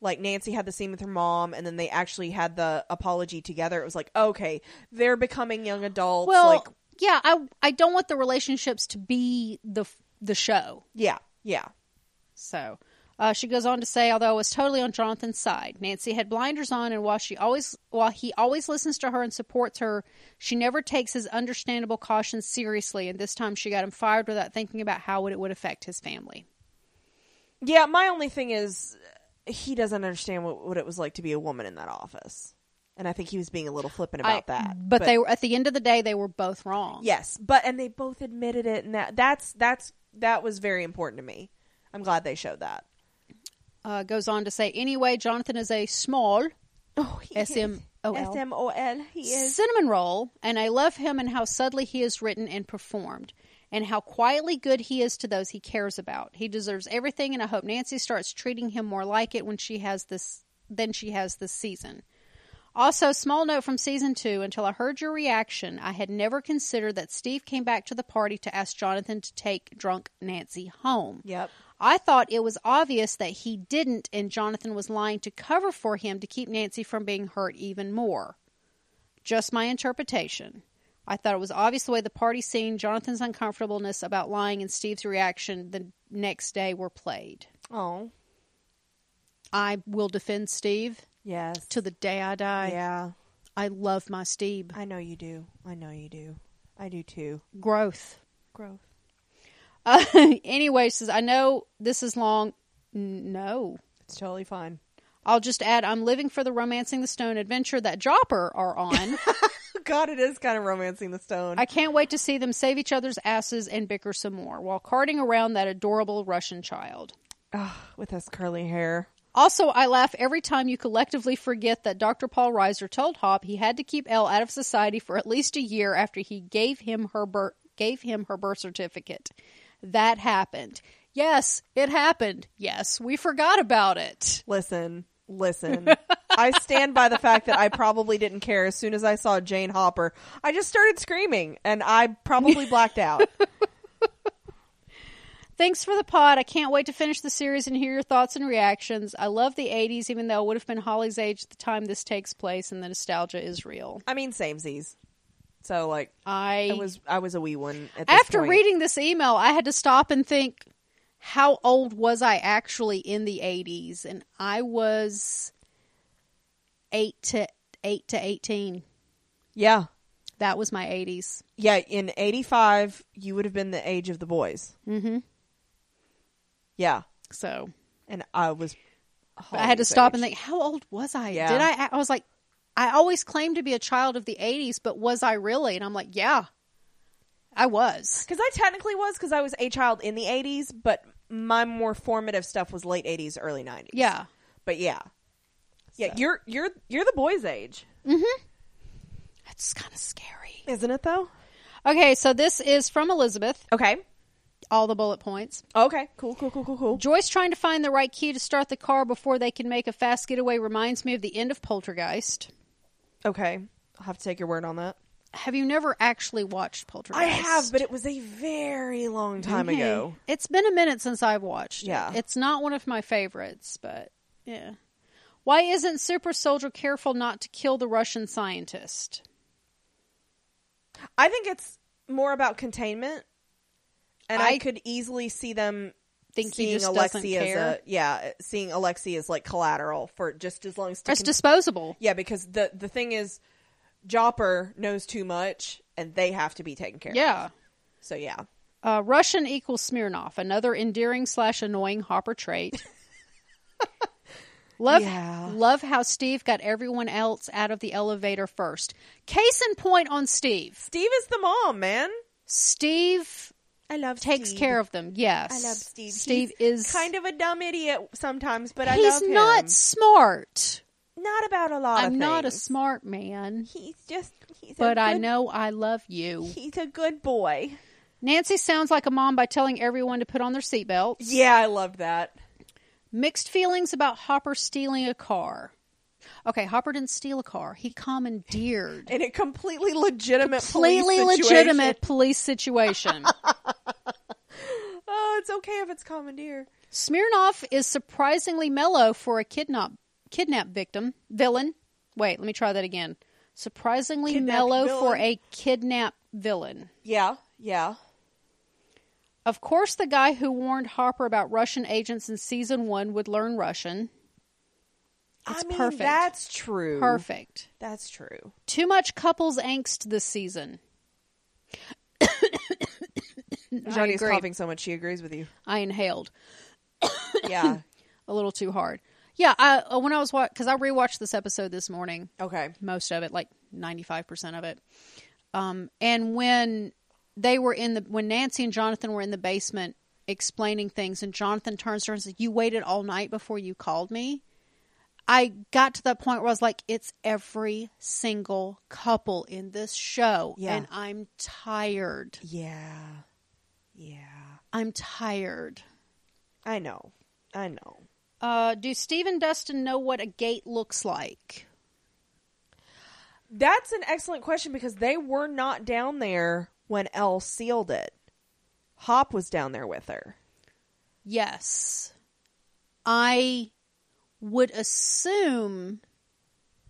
like Nancy had the scene with her mom, and then they actually had the apology together, it was like okay, they're becoming young adults.
Well,
like
yeah, I I don't want the relationships to be the the show.
yeah, yeah,
So uh, she goes on to say, although I was totally on Jonathan's side, Nancy had blinders on, and while she always while he always listens to her and supports her, she never takes his understandable cautions seriously. And this time, she got him fired without thinking about how it would affect his family.
yeah. My only thing is he doesn't understand what, what it was like to be a woman in that office, and I think he was being a little flippant about
I-
that.
But, they were at the end of the day they were both wrong.
yes, but and they both admitted it, and that that's that's that was very important to me. I'm glad they showed that.
Uh, goes on to say anyway, Jonathan is a small
(laughs) Oh, he
S M O L.
S M O L. He is.
cinnamon roll, and I love him and how subtly he is written and performed, and how quietly good he is to those he cares about. He deserves everything, and I hope Nancy starts treating him more like it when she has this than she has this season. Also, small note from season two. Until I heard your reaction, I had never considered that Steve came back to the party to ask Jonathan to take drunk Nancy home.
Yep.
I thought it was obvious that he didn't, and Jonathan was lying to cover for him to keep Nancy from being hurt even more. Just my interpretation. I thought it was obvious the way the party scene, Jonathan's uncomfortableness about lying, and Steve's reaction the next day were played.
Oh.
I will defend Steve
Yes.
to the day I die.
yeah.
I love my Steve.
I know you do. I know you do. I do too.
Growth.
Growth.
Uh, (laughs) anyway, says, I know this is long. N- No.
It's totally fine. (laughs)
I'll just add, I'm living for the Romancing the Stone adventure that Jopper are on.
God, it is kind of romancing the stone.
I can't wait to see them save each other's asses and bicker some more while carting around that adorable Russian child.
Ugh, with his curly hair.
Also, I laugh every time you collectively forget that Dr. Paul Reiser told Hop he had to keep Elle out of society for at least a year after he gave him her birth gave him her birth certificate. That happened. Yes, it happened. Yes, we forgot about it.
Listen,
(laughs)
listen. I stand by the fact that I probably didn't care as soon as I saw Jane Hopper. I just started screaming and I
(laughs)
probably blacked out.
Thanks for the pod. I can't wait to finish the series and hear your thoughts and reactions. I love the 80s, even though it would have been Holly's age at the time this takes place, and the nostalgia is real.
I mean, samesies. So like,
I
I was I was a wee one at this
after
point.
reading this email, I had to stop and think, how old was I actually in the eighties? And I was eight to eight to eighteen.
Yeah,
That was my eighties.
yeah. In '85, you would have been the age of the boys.
Mm-hmm.
Yeah,
So
and I was.
but I had to stop and think, how old was I?
Yeah.
Did I? I was like, I always claimed to be a child of the eighties, but was I really? And I'm like, yeah, I was.
because I technically was because I was a child in the '80s, but my more formative stuff was late '80s, early '90s.
Yeah.
but yeah, yeah.
So.
You're you're you're the boys' age,
That's kind of scary.
isn't it? Though.
Okay, so this is from Elizabeth.
Okay.
all the bullet points.
Okay. Cool. Cool. Cool. Cool. Cool.
Joyce trying to find the right key to start the car before they can make a fast getaway reminds me of the end of Poltergeist.
Okay. I'll have to take your word on that.
Have you never actually watched Poltergeist?
I have, but it was a very long time
Okay.
ago.
It's been a minute since I've watched. it.
Yeah.
It's not one of my favorites, but yeah. Why isn't Super Soldier careful not to kill the Russian scientist?
I think it's more about containment, and I,
I-
could easily see them
Think
seeing
he just doesn't
Alexi
care?
as a yeah, seeing Alexi as like collateral for just as long as to
it's
con-
disposable.
yeah, because the the thing is, Jopper knows too much, and they have to be taken care of.
Yeah.
So yeah,
Uh, Russian equals Smirnoff, another endearing slash annoying Hopper trait.
(laughs)
love,
Yeah.
love how Steve got everyone else out of the elevator first. Case in point on Steve.
Steve is the mom, man.
Steve
I love
takes care of them. Yes,
I love Steve.
Steve
He's
is
kind of a dumb idiot sometimes, but I
he's
love him.
not smart.
Not about a lot.
I'm
of
not a
things.
smart man,
He's just. He's
but
a
I
good-
know I love you.
he's a good boy.
Nancy sounds like a mom by telling everyone to put on their seatbelts.
Yeah, I loved that.
Mixed feelings about Hopper stealing a car. Okay, Hopper didn't steal a car. He commandeered.
In a completely legitimate,
Completely
police situation.
legitimate police situation. (laughs)
Oh, it's okay if it's commandeer.
Smirnoff is surprisingly mellow for a kidnap kidnap victim villain. Wait, let me try that again. Surprisingly
Kidnapped
mellow for
villain.
a kidnap villain.
Yeah, yeah.
Of course, the guy who warned Harper about Russian agents in season one would learn Russian. It's
I mean,
perfect.
that's true.
Perfect.
That's true.
Too much couples angst this season. I
Johnny's
agree.
coughing so much, she agrees with
(coughs)
you.
I inhaled (laughs)
Yeah.
a little too hard. Yeah, I, uh, when I was watching, because I rewatched this episode this morning,
okay.
most of it, like 95% of it. Um, and when they were in the, when Nancy and Jonathan were in the basement explaining things, and Jonathan turns to her and says, You waited all night before you called me. I got to that point where I was like, It's every single couple in this show.
Yeah.
And I'm tired.
Yeah. Yeah.
I'm tired.
I know. I know.
Uh, do Steve and Dustin know what a gate looks like?
That's an excellent question because they were not down there when Elle sealed it. Hop was down there with her.
Yes. I would assume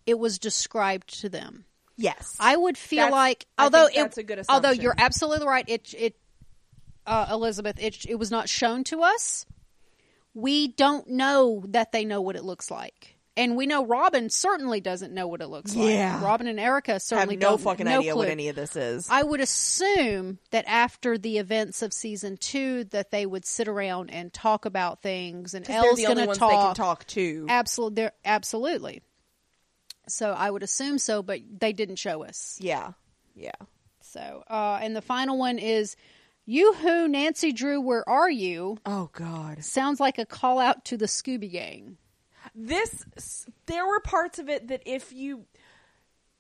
it was described to them.
Yes.
I would feel
That's-
like
I
although
think
it-
that's a good
although you're
assumption.
absolutely right it it uh, Elizabeth it it was not shown to us. We don't know that they know what it looks like. And we know Robin certainly doesn't know what it looks
Yeah.
like. Robin and Erica certainly
have no
don't,
fucking
no
idea what
clue.
any of this is.
I would assume that after the events of season two, that they would sit around and talk about things, and
They're
Elle's
the
going
only
to
ones
talk.
they can talk to.
Absolutely, absolutely. So I would assume so, but they didn't show us.
Yeah. Yeah.
So, uh, and the final one is, "You who Nancy Drew, where are you?"
Oh God.
Sounds like a call out to the Scooby Gang.
This s- there were parts of it that if you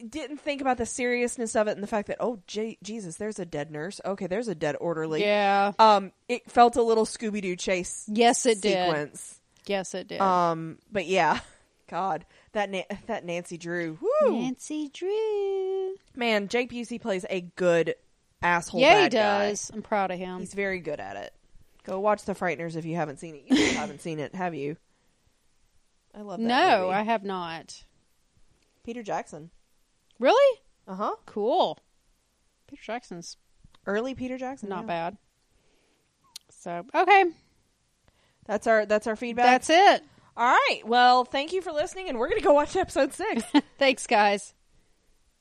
didn't think about the seriousness of it and the fact that oh J- Jesus, there's a dead nurse. Okay, there's a dead orderly.
Yeah.
Um, it felt a little Scooby Doo chase.
Yes, it did.
sequence.
Yes, it did.
Um, but yeah, (laughs) God, that Na- that Nancy Drew. Woo,
Nancy Drew.
man, Jake Busey plays a good asshole.
yeah, he
bad guy.
does. I'm proud of him.
He's very good at it. Go watch The Frighteners if you haven't seen it. You
(laughs)
still haven't seen it, have you? I love that
no,
movie.
I have not.
Peter Jackson.
Really?
Uh huh.
Cool. Peter Jackson's
Early Peter Jackson.
not
yeah.
bad. So, okay.
That's our that's our feedback.
That's it. (laughs)
All right. Well, thank you for listening, and we're gonna go watch episode six.
Thanks, guys.